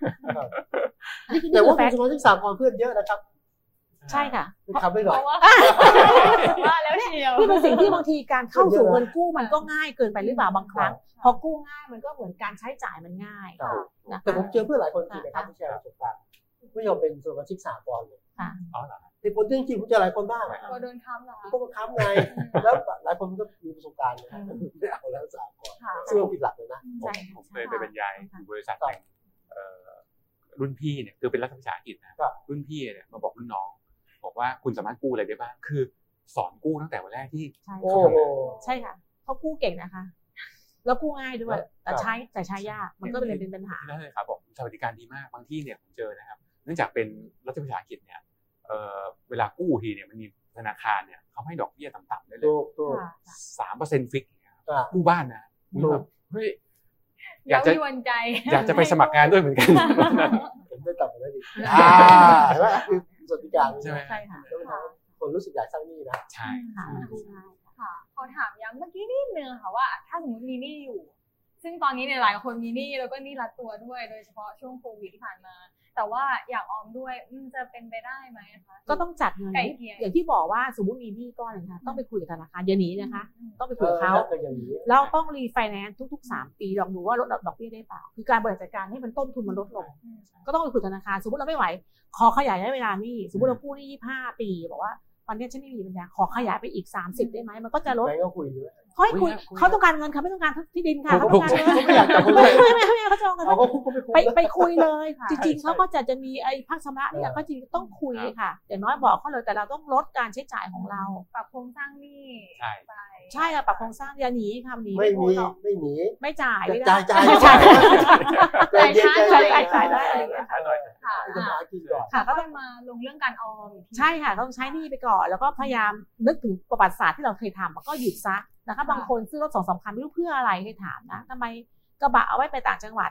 นี่คือ
แต่
นี่คื
ว่า
อแฟ
คุณสมา
กต์
ชิกสามคนเพื่อนเยอะนะครับ
ใช่ค่ะ
คุณทำไม่ห
เพ
น่อย
ราะว่าว่าแล้วทีเดียว
นี่เป็นสิ่งที่บางทีการเข้าสู่
เยอะนะ
เงินกู้มันก็ง่ายเกินไปหรือเปล่าบางครั้
ค
ง
รับ
พอกู้ง่ายมันก็เหมือนการใช้จ่ายมันง่าย
ครับ
นะคะ
แต่ผมเจอเพื่อนหลายคนจริงนะครับ
ค่ะ
ที่แชร์ประสบการณ์ไม่ยอมเป็นสมาชิกสามคนเลย
ค่ะ
อ๋อเหรอครับ
แต่คนจริงๆผมเจอหลายคนมาก
ครับ
กลัวโดนค้ำเหรอคะ
พวกมันค้ำไง แล้วหลายคนก็มีประสบการณ์นะ
อืม
ไม่เอาแล้วสามคน
ค่ะ
ซึ่งมันผิดหลักเลยนะ
ผม
ใช่ค่ะ
ผมเค
ใช่
ยไป
ค่ะ
บรรยายอยู่บริษัทหนึ่งเอ่อรุ่นพี่เนี่ยคือเป็นรัฐวิสาหกิจนะครับ รุ่นพี่เนี่ยมาบอกรุ่นน้อง บอกว่าคุณสามารถกู้อะไรได้บ้างคือ สอนกู้ตั้งแต่วันแรกที่
ใช่
โอ้
ค่ะ
โห
ใช่ค่ะเขากู้เก่งนะคะ แล้วกู้ง่ายด้วย แต่ใช้แต่ใช้ยากมันก็เลยเป็นปัญหา
ที่นั่นเลยครับผมสวัสดิการดีมากบางที่เนี่ยผมเจอนะครับ เนื่องจากเป็นรัฐวิสาหกิจเนี่ยเอ่อเวลากู้ทีเนี่ยมันมีธนาคารเนี่ยเขาให้ดอกเบี้ยต่ำๆได้เลย
ถูกถูก
สามเปอร์เซ็นต์ฟิก
อ่า
กู้บ้านนะผมแบบเฮ้ยอ
อยา
าย
ก ก
จะ
จะวันใจ
อยากจะไปสมัครงานด้วยเหมือนกัน
ผมได้ต่ำกว่านั้นอีก
อ่า
อ่าเห็นไหมคือสวัสดิการ
ใช่ไหม
ใช่ค่ะ
แล้วมันทำให้คนรู้สึกอยากสร้างหนี้นะ
ใช่
ค่ะ
ใช่
กู้ง่าย
ค่ะขอถามย้ำเมื่อกี้นิดนึงค่ะว่า ถ้าสมมติมีหนี้อยู่ จ ซึ่งตอนนี้เนี่ยหลายคนมีหนี้แล้วก็หนี้รัดตัวด้วย โดยเฉพาะช่วงโควิดที่ผ่านมา แต่ว่าอยากออมด้วยอืมจะเป็นไปได้ไหมคะ
ก็ต้องจัดเงิน
ใกล้เคียง
อย่างที่บอกว่าสมมติมีหนี้ก้อนหนึงค่ะต้องไปคุยกับธนาคารอย่าหนีนะคะ
อืม
ต้องไปคุยกับเขา
เป็นอย่างนี้
เราต้องรีไฟแนนซ์ทุก ๆ 3 ปีลองดูว่าลดดอกเบี้ยได้เปล่า คือการบริหารจัดการให้มันต้นทุนมันลดลง
อืม
ก็ต้องไปคุยกับธนาคาร สมมติเราไม่ไหว ขอขยายระยะเวลานี่สมมติเรากู้นี่25 ปี บอกว่าวันนี้ฉันไม่มีปัญญาขอขยายไปอีก 30 ได้ไหมมันก็จะลด
ไหนก็คุยด้วย
เขาให้คุย
คุยนะคุยนะ
เขาต้องการเงินเขาไม่ต้องการที่ดินค่ะเขา
เขาก็
ต้องการเงิน
ไม่อยากจะคุย
ไม่ไม่ไม่ไม่เขาจะเอาเงิน
เอาก็คุยก็ไม่คุย
ไปไปคุยเลย
ค่ะ
จริง
ใช่
ๆเขาก็จะจะมีไอ้ภาคชำระเนี่ย
เออ
ก็จริงต้องคุยค่ะอย่างน้อยบอกเขาเลยแต่เราต้องลดการใช้จ่ายของเรา
ปรับโครงสร้างหนี้
ใช่
ไป
ใช่เราปรับโครงสร้างอย่าหนีค่ะหนี
ไม่
พู
มี
ดหรอก
ไม่หนี
ไม่จ่ายไม่ได้
จ่ายจ่าย
จ่าย
จ่ายช้า
จ่ายจ่ายจ่ายได้อะไรอย่างเงี้ย
หาหน่อย
ค่ะ
จะหากินก่อน
ค่ะก็
ก็
ต้อง
มาลงเรื่องการออมอีกที
ใช่ค่ะต้องใช้หนี้ไปก่อน แล้วก็พยายามนึกถึงประวัติศาสตร์ที่เราเคยทำแล้วก็หยุดซะนะคะบางคนซื้อรถสองสามคันไม่รู้เพื่ออะไรให้ถามนะทำไมกระบะเอาไว้ไปต่างจังห วัด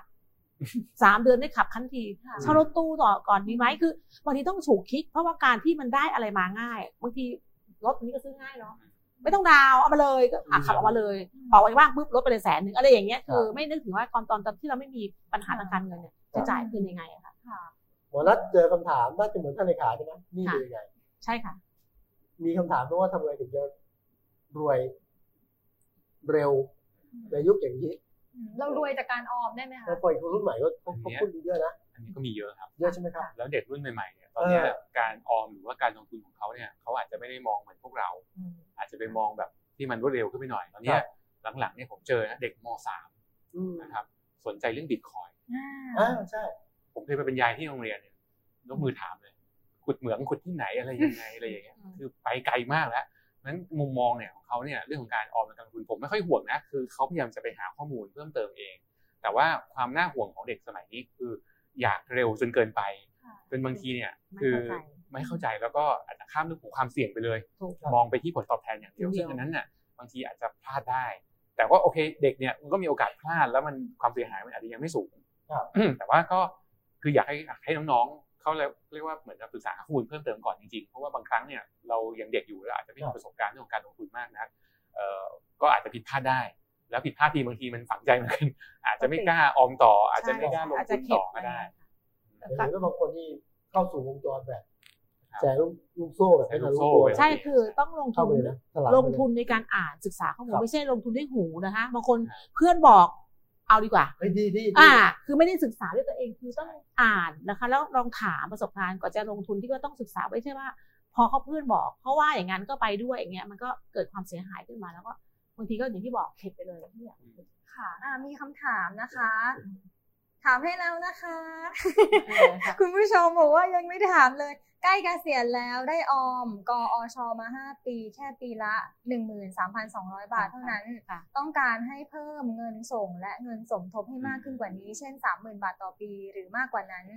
สามเดือนได้ขับคันที
ค่ะ
เช่ารถตู้ต่อก่อนดีไหมคือบางทีต้องฉุกคิด เพราะว่าการที่มันได้อะไรมาง่ายบางทีรถนี้ก็ซื้อง่ายเนาะไม่ต้องดาวน์เอามาเลยก็อ่ะขับออกมาเลยเป่าไว้ว่างปุ๊บรถไปเลยแสนหนึ่งอะไรอย่างเงี้ยคือไม่นึกถึงว่าตอนตอนตอนที่เราไม่มีปัญหาทางการเงินเนี่ยจะจ่ายคืนยังไงอะค่ะ
ค่ะ
หมอนัดเจอคำถามน่าจะเหมือนท่านเลขาใช่ไหมนี่เป็นยังไง
ใช่ค่ะ
มีคำถามด้วยว่าทำไงถึงจะรวยเร็วในยุคอย่างนี้
เรารวยจากการออมได้ไหมคะ
แล้วพออีกคนรุ่นใหม่ก็เขาเขาพูดเยอะนะ
อันนี้ก็มีเยอะครับ
เยอะใช่ไหมครับ
แล้วเด็กรุ่นใหม่ๆเนี่ยตอนเนี้ย
เออ
การออมหรือว่าการลงทุนของเขาเนี่ยเขาอาจจะไม่ได้มองเหมือนพวกเรา อาจจะไปมองแบบที่มันรวดเร็วขึ้นไปหน่อยตอนเนี้ยหลังๆเนี่ยผมเจอนะเด็กม .3
อืม
นะครับสนใจเรื่องบิตคอยน์
อ่าใช่
ผมเคยไปบรรยายที่โรงเรียนเนี่ยยกมือถามเลย ขุดเหมืองขุดที่ไหนอะไรยังไงอะไรอย่างเงี้ย
อืม
คือไปไกลมากแล้วนั้นมุมมองเนี่ยของเขาเนี่ยเรื่องของการออมและการลงทุนผมไม่ค่อยห่วงนะคือเขาพยายามจะไปหาข้อมูลเพิ่มเติมเอง แต่ว่าความน่าห่วงของเด็กสมัยนี้คืออยากเร็วจนเกินไป
ค่ะ
จนบางทีเนี่ย
ไม่
คือ
เข้าใจ
ไม่เข้าใจแล้วก็อาจจะข้ามเรื่องของความเสี่ยงไปเลย
ถูก
มองไปที่ผลตอบแทนอย่างเดียว
อย่างเดียว
ซึ่งอันนั้นน่ะบางทีอาจจะพลาดได้ แต่ว่าโอเคเด็กเนี่ยมันก็มีโอกาสพลาดแล้วมันความเสียหายมันอาจจะยังไม่สูง
ครับ
แต่ว่าก็คืออยากให้อยากให้น้องๆเขาเรียกว่าเหมือนกับศึกษาข้อมูลเพิ่มเติมก่อนจริงๆเพราะว่าบางครั้งเนี่ยเรายังเด็กอยู่เราอาจจะไม่มีประสบการณ์เรื่องของการลงทุนมากนะเอ่อก็อาจจะผิดพลาดได้ แล้วผิดพลาดทีบางทีมันฝังใจเหมือนกันอาจจะไม่กล้าออมต่อ อาจจะไม่กล้าลงทุนต่อก็ได้
เห็นแล้วบางคนที่เข้าสู่วงจรแบบ
ครับ
แชร์ลูกลูกโซ่แบบไม่ทันรู้ตัว
ใช่คือต้องลง
เข้า
ทุ
ไป
น
เลยนะตาด
ลงทุนในการอ่านศึกษาข้อมูล
ครับ
ไม่ใช่ลงทุนด้วยหูนะคะบางคน
ครับ
เพื่อนบอกเอาดีกว่า
เฮ้ยดีดีดี
อ่า คือไม่ได้ศึกษาด้วยตัวเองคือต้องอ่านนะคะ แล้วลองถามประสบการณ์ก่อนจะลงทุนที่ก็ต้องศึกษาไม่ใช่ว่า พอเขาเพื่อนบอก เพราะว่าอย่างนั้นก็ไปด้วยอย่างเงี้ยมันก็เกิดความเสียหายขึ้นมาแล้วก็บางทีก็อย่างที่บอกเข็ดไปเลยไม่อยากลงทุน
ค่ะอ่ามีคำถามนะคะ ถามให้แล้วนะคะ
เออค่ะ
คุณผู้ชมบอกว่ายังไม่ได้ถามเลย ใกล้เกษียณแล้วได้ออม กอชมา 5 ปี แค่ปีละ 13,200 บาทเท่านั้น
ค่ะ
ต้องการให้เพิ่มเงินส่งและเงินสมทบให้มากขึ้นกว่านี้ เช่น 30,000 บาทต่อปีหรือมากกว่านั้น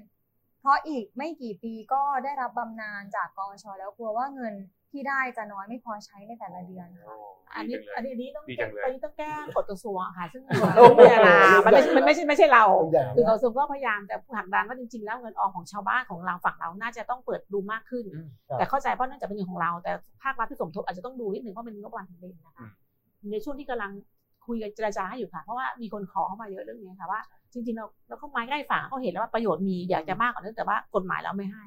เพราะอีกไม่กี่ปีก็ได้รับบำนาญจากกอชแล้วกลัวว่าเงินที่ได้จะน้อยไม่พอใช้ในแต่ละเดือนค่ะ
อัน
ดี
นี้อันนี้อันนี้ต้
จังเลย
อง
ดีจังเลย
อันนี้ต้องแก้กฎกระทรวงค่ะซึ่งเราไม่ได้นะมันไม่ใช่มันไม่ใช่ไม่ใช่เรา
องค์ใหญ่
คือ
นะ
กระทรวงก็พยายามแต่ผลักดันว่าจริงๆ แล้วเงินออมของชาวบ้านของเราฝั่งเราน่าจะต้องเปิดดูมากขึ้น
อืม
แต่เข้าใจเพราะเนื่องจากเป็นเงินของเรา แต่ภาครัฐที่สมทบอาจจะต้องดูนิดหนึ่งเพราะเป็นงบประมาณแผ่นดินนะ
อื
คะ
ม
ในช่วงที่กำลังคุยกันเจรจาให้อยู่ค่ะ เพราะว่ามีคนขอเข้ามาเยอะเรื่องนี้ค่ะว่าจริงๆเราเราเข้ามาใกล้ฝั่งเขาเห็นแล้วว่าประโยชน์มีอยากจะมากกว่านั้นแต่ว่ากฎหมายเราไม่ให้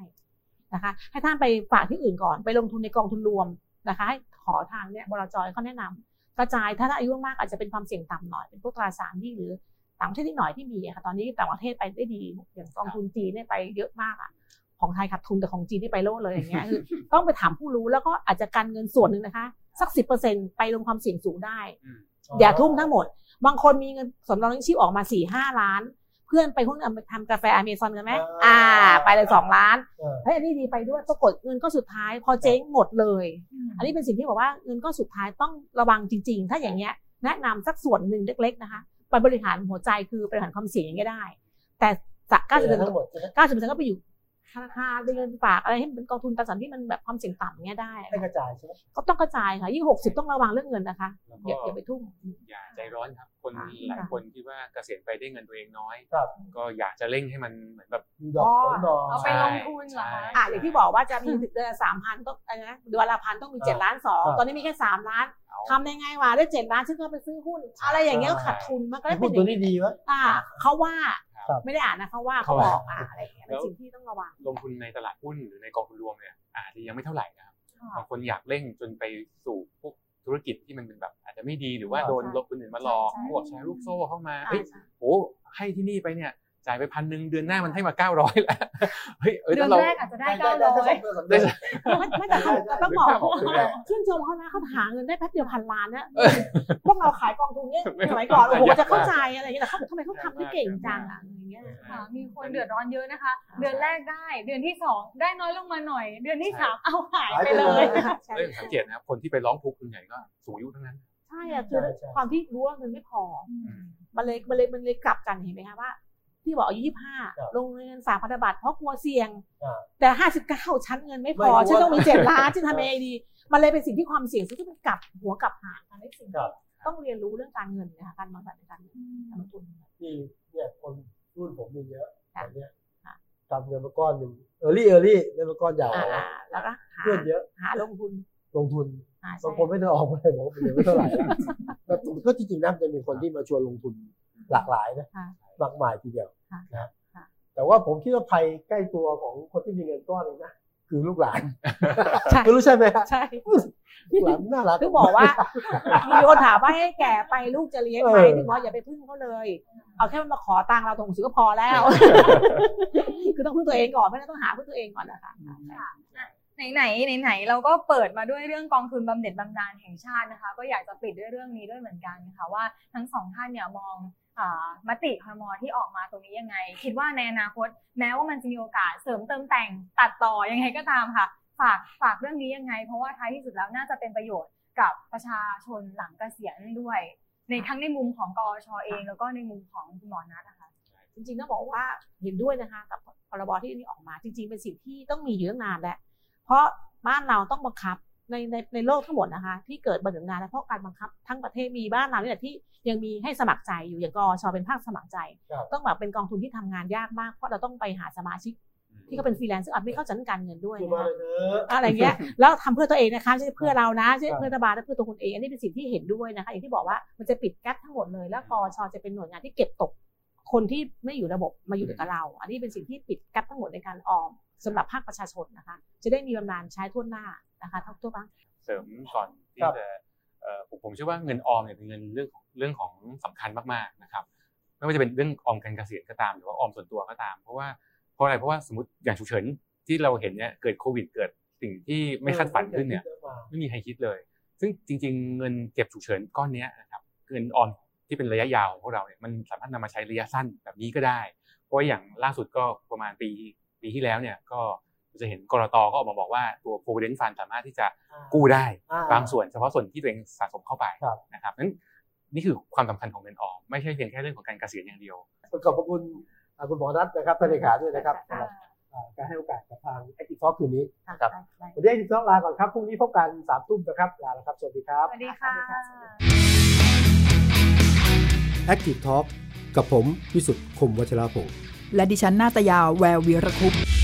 นะคะ ให้ท่านไปฝากที่อื่นก่อนไปลงทุนในกองทุนรวมนะคะให้ขอทางเนี่ยบลจเขาแนะนำกระจายถ้าท่านอายุมากอาจจะเป็นความเสี่ยงต่ำหน่อยเป็นพวกตราสารหนี้หรือ ต่างประเทศนิดหน่อยที่มีอะค่ะตอนนี้ต่างประเทศไปได้ดีอย่างกองทุนจีนเนี่ยไปเยอะมากอ่ะของไทยขาดทุนแต่ของจีนนี่ไปโลดเลยอย่าง เงี้ยคือ ต้องไปถามผู้รู้แล้วก็อาจจะกันเงินส่วนหนึ่งนะคะ สักสิบเปอร์เซ็นไปลงความเสี่ยงสูงได้
อืม
อย่าทุ่มทั้งหมด บางคนมีเงินสำรองเลี้ยงชีพออกมาสี่ห้าล้าน เพื่อนไปหุ้นเอาไปทำกาแฟอเมซอนกันไหม
อ่า
อ่า ไปเลยสองล้าน
เออ
เฮ้ยอันนี้ดีไปด้วยปรากฏเงินก็สุดท้าย พอเจ๊งหมดเลย อันนี้เป็นสิ่งที่บอกว่าเงินก้อนสุดท้ายต้องระวังจริง ๆ ถ้าอย่างเงี้ยแนะนำสักส่วนหนึ่งเล็ก ๆ นะคะไปบริหารหัวใจคือบริหารความเสี่ยงอย่างเงี้ยได้ แต่สักเก้าสิบเปอร์เซ็น
ทั้งหมด
ต์เก้าสิบเปอร์เซ็นต์ก็ไปอยู่ ห้าเดือนฝากอะไรให้มันเป็นกองทุนตราสารหนี้ที่มันแบบความเสี่ยงต่ำเงี้ยได้
ให้กระจายใช่ไหม
ก็ต้องกระจายค่ะยิ่งหกสิบต้องระวังเรื่องเงินนะคะ
แล้วก็
อย่าอย่าไปทุ่ม
อย่าใจร้อนครับ คน
ค่ะ
หลาย
ค่ะ
คนคิดว่าเกษียณไปได้เงินตัวเองน้อย
ครับ
ก็อยากจะเร่งให้มันเหมือนแบบ
มีดอกผลดอก
เอาไปลงทุนเหรอคะ
ใช่
อ่ะอย่างที่บอกว่าจะมีเดือนสามพันต้องอะไรนะเดือนละพันต้องมีเจ็ดล้านสอง
อ่า
ตอนนี้มีแค่สามล้าน
เอา
ทำได้ไงวะได้เจ็ดล้านฉันก็ไปซื้อหุ้น อะไรอย่างเงี้ยก็ขาดทุนมันก็ได้
พู
เป็
ด
นอ
ตัว
ย่าง
นี้ดี
เงี้ย
วะ
อ่ะเขาว่า
ครับ
ไม่ได้อ่านนะเขาว่าเขาบอกอ่ะอะไรอย่างเงี้ยเป็นสิ่งที่ต้องระวัง
ลงทุนในตลาดหุ้นหรือในกองทุนรวมเนี่ยอาจจะยังไม่เท่าไหร่นะครับ
ค่ะ
บางคนอยากเร่งจนไปสู่พวกธุรกิจที่มันเป็นแบบอาจจะไม่ดีหรือว่า
ใช่
โดนลบคนอื่นมาหลอก
ใช่
พวกแชร์ลูกโซ่เข้ามา
อ่ะ
เฮ้ยโอ้ให้ที่นี่ไปเนี่ยจ่ายไปพันหนึ่งเดือนหน้ามันให้มาเก้าร้อยแล้ว เฮ้ยเอ้ย
เดือ
ถ้าน เรา
แรกอาจจะได้เก้าร้อย
ได้
ไม่ไม่แต่เขาแต่ต้องบอก
ไม่กล้าบอกเลยอะ
ชื่นชมเขานะเขาหาเงินได้แป๊บเดียวพันล้านนะ
เออ
พวกเราขายกองทุนเนี่ย
ไม่
สมัยก่อนโอ้โห
ไม่ได้
จะเข้าใจอะไรอย่างเงี้ยแต่เขาทำไมเขาทำได้เก่งจังอะอะไรอย่างเงี้ย
ค่ะมีคนเดือดร้อนเยอะนะคะ เดือนแรกได้ เดือนที่สองได้น้อยลงมาหน่อย เดือนที่
ใช่
สามเอาหาย
หาย
ไป
ไป
เล
เลย ย
เอ้ยสังเกตนะครับคนที่ไปร้องทุกข์ส่วนใหญ่ก็สูงอายุทั้งนั้น
ใช่อะคือ
ใช่ใช่
ความที่รู้ว่าเงินไม่พอมันเลยมันเลยมันเลยกลับกันเห็นไหมคะว่าที่บอกอายุยี่ห้า
ครับ
ลงเงินฝากพันธบัตรเพราะกลัวเสี่ยง
อ่า
แต่ห้าสิบเก้าชั้นเงินไม่พอ
ไม่รู้
ฉันต้องมี
ว่า
เจ็ดล้านฉัน
เออ
ทำยังไงดี มันเลยเป็นสิ่งที่ความเสี่ยงซึ่งมันกลับหัวกลับหางกันได้สิ่ง
ครับ
ต้องเรียนรู้เรื่องการเงินนะคะการวางแผนการเงินการลงทุน
ที่เนี่ยคนรุ่นผมมีเยอะ
ค่ะ
แบบเนี้ย
ค่ะ
ทำเงินมาก้อนหนึ่งเออรี่เออรี่เงินมาก้อนใหญ่นะ
อ่าแล้วก็หา
เพื่อนเยอะ
หาลงทุน
ลงทุน
อ่าใช่
บางคนไม่ได้ออกมาเลยผมว่าเป็นเงินไม่เท่าไหร่ นะแต่ก็จริงๆนะจะมีคนที่มาชวนลงทุนหลากหลายนะ
ค่ะ
มากมายทีเดียว
ค่ะ
นะ
ค่ะ
แต่ว่าผมคิดว่าภัยใกล้ตัวของคนที่มีเงินก้อนเลยนะคือลูกหลาน
ใช่
ไม่รู้ใช่ไหมฮะ
ใช่
ลูกหลานน่ารัก
ถึงบอกว่า มีคนถามว่าให้แก่ไปลูกจะเลี้ยงไหม
เออ
ถึงบอกอย่าไปพึ่งเขาเลย เอาแค่มันมาขอตังค์เราตรงหูซื้อก็พอแล้ว คือต้องพึ่งตัวเองก่อนไม่งั้นต้องหาพึ่งตัวเองก่อนนะคะ
ไหนไหนไหนไหนๆเราก็เปิดมาด้วยเรื่องกองทุนบำเหน็จบำนาญแห่งชาตินะคะ ก็อยากจะปิดด้วยเรื่องนี้ด้วยเหมือนกันค่ะว่าทั้งสองท่านเนี่ยมองอามติครมที่ออกมาตรงนี้ยังไง คิดว่าในอนาคต แม้ว่ามันจะมีโอกาสเสริมเติมแต่งตัดต่อยังไงก็ตามค่ะ ฝากฝากเรื่องนี้ยังไง เพราะว่าท้ายที่สุดแล้วน่าจะเป็นประโยชน์กับประชาชนหลังเกษียณด้วย ในทั้งในมุมของกอชเอง แล้วก็ในมุมของคุณหมอนัทนะคะ
จริงๆต้องบอกว่าเห็นด้วยนะคะ กับพรบที่อันนี้ออกมา จริง ๆ เป็นสิ่งที่ต้องมีอยู่ตั้งนานแล้วเพราะบ้านเราต้องบังคับในในในโลกทั้งหมดนะคะ ที่เกิดบันเทิงนานและเพราะการบังคับ ทั้งประเทศมีบ้านเรานี่แหละที่ยังมีให้สมัครใจอยู่อย่างกอชเป็นภาคสมัครใจ
ครับ
ต้องแบบเป็นกองทุนที่ทำงานยากมากเพราะเราต้องไปหาสมาชิกที่เขาเป็นฟรีแลนซ์ซึ่งอาจไม่เข้าใจเรื่องการเงินด้วย
คือ
นะ
มา
คะ
เลยเถอะ
อะไรเงี้ยแล้วทำเพื่อตัวเองนะคะไม่ใช่เพื่อเรานะไม่ใช่
ครับ
เพื่อรัฐบาลและเพื่อตัวคุณเองอันนี้เป็นสิ่งที่เห็นด้วยนะคะ อย่างที่บอกว่ามันจะปิดแก๊ปทั้งหมดเลย แล้วกอชจะเป็นหน่วยงานที่เก็บตก คนที่ไม่อยู่ระบบมาอยู่กับเรา อันนี้เป็นสิ่งที่ปิดแก๊ปทั้งหมดในการออมสำหรับภาคประชาชนนะคะ จะได้มีบำนาญใช้ทั่วหน้านะคะทั้งทั่วบ้าง
เสริมก่อนที่
ครับ
จะเอ่อผมผมเชื่อว่าเงินออมเนี่ยเป็นเงินเรื่องของเรื่องของสำคัญมากๆนะครับไม่ว่าจะเป็นเรื่องออมการเกษียณก็ตามหรือว่าออมส่วนตัวก็ตาม เพราะว่าเพราะอะไรเพราะว่าสมมติอย่างฉุกเฉินที่เราเห็นเนี่ยเกิดโควิดเกิดสิ่งที่ไม่คาดฝันขึ้นเนี่ย ไม่มีใครคิดเลย ซึ่งจริง ๆ เงินเก็บฉุกเฉินก้อนเนี้ยนะครับเงินออมที่เป็นระยะยาวของพวกเราเนี่ยมันสามารถนำมาใช้ระยะสั้นแบบนี้ก็ได้ เพราะว่าอย่างล่าสุดก็ประมาณปีปีที่แล้วเนี่ยก็จะเห็นกรตก็ออกมาบอกว่าตัว provident fund สามารถที่จะกู้ได้
อ่า
บางส่วนเฉพาะส่วนที่ตัวเองสะสมเข้าไป
ครับ
นะครับนั้นนี่คือความสำคัญของเงินออมไม่ใช่เพียงแค่เรื่องของการเกษียณอย่างเดียว
ขอบพระคุณอ่าคุณหมอนัทนะครับท่านเลขาด้วยนะครับ
ค่ะ
สำหรับอ่าการให้โอกาสกับทาง Active Talk คืนนี้นะครับ
ได้ได้
วันนี้ Active Talk ลาก่อนครับพรุ่งนี้พบกันสามทุ่มนะครับลาแล้วครับ สวัสดีครับ
สวัสดีค่ะ
Active Talk กับผมวิสุทธ์คมวัชราภงศ์
และดิฉันนาตยาแวววีรคุปต์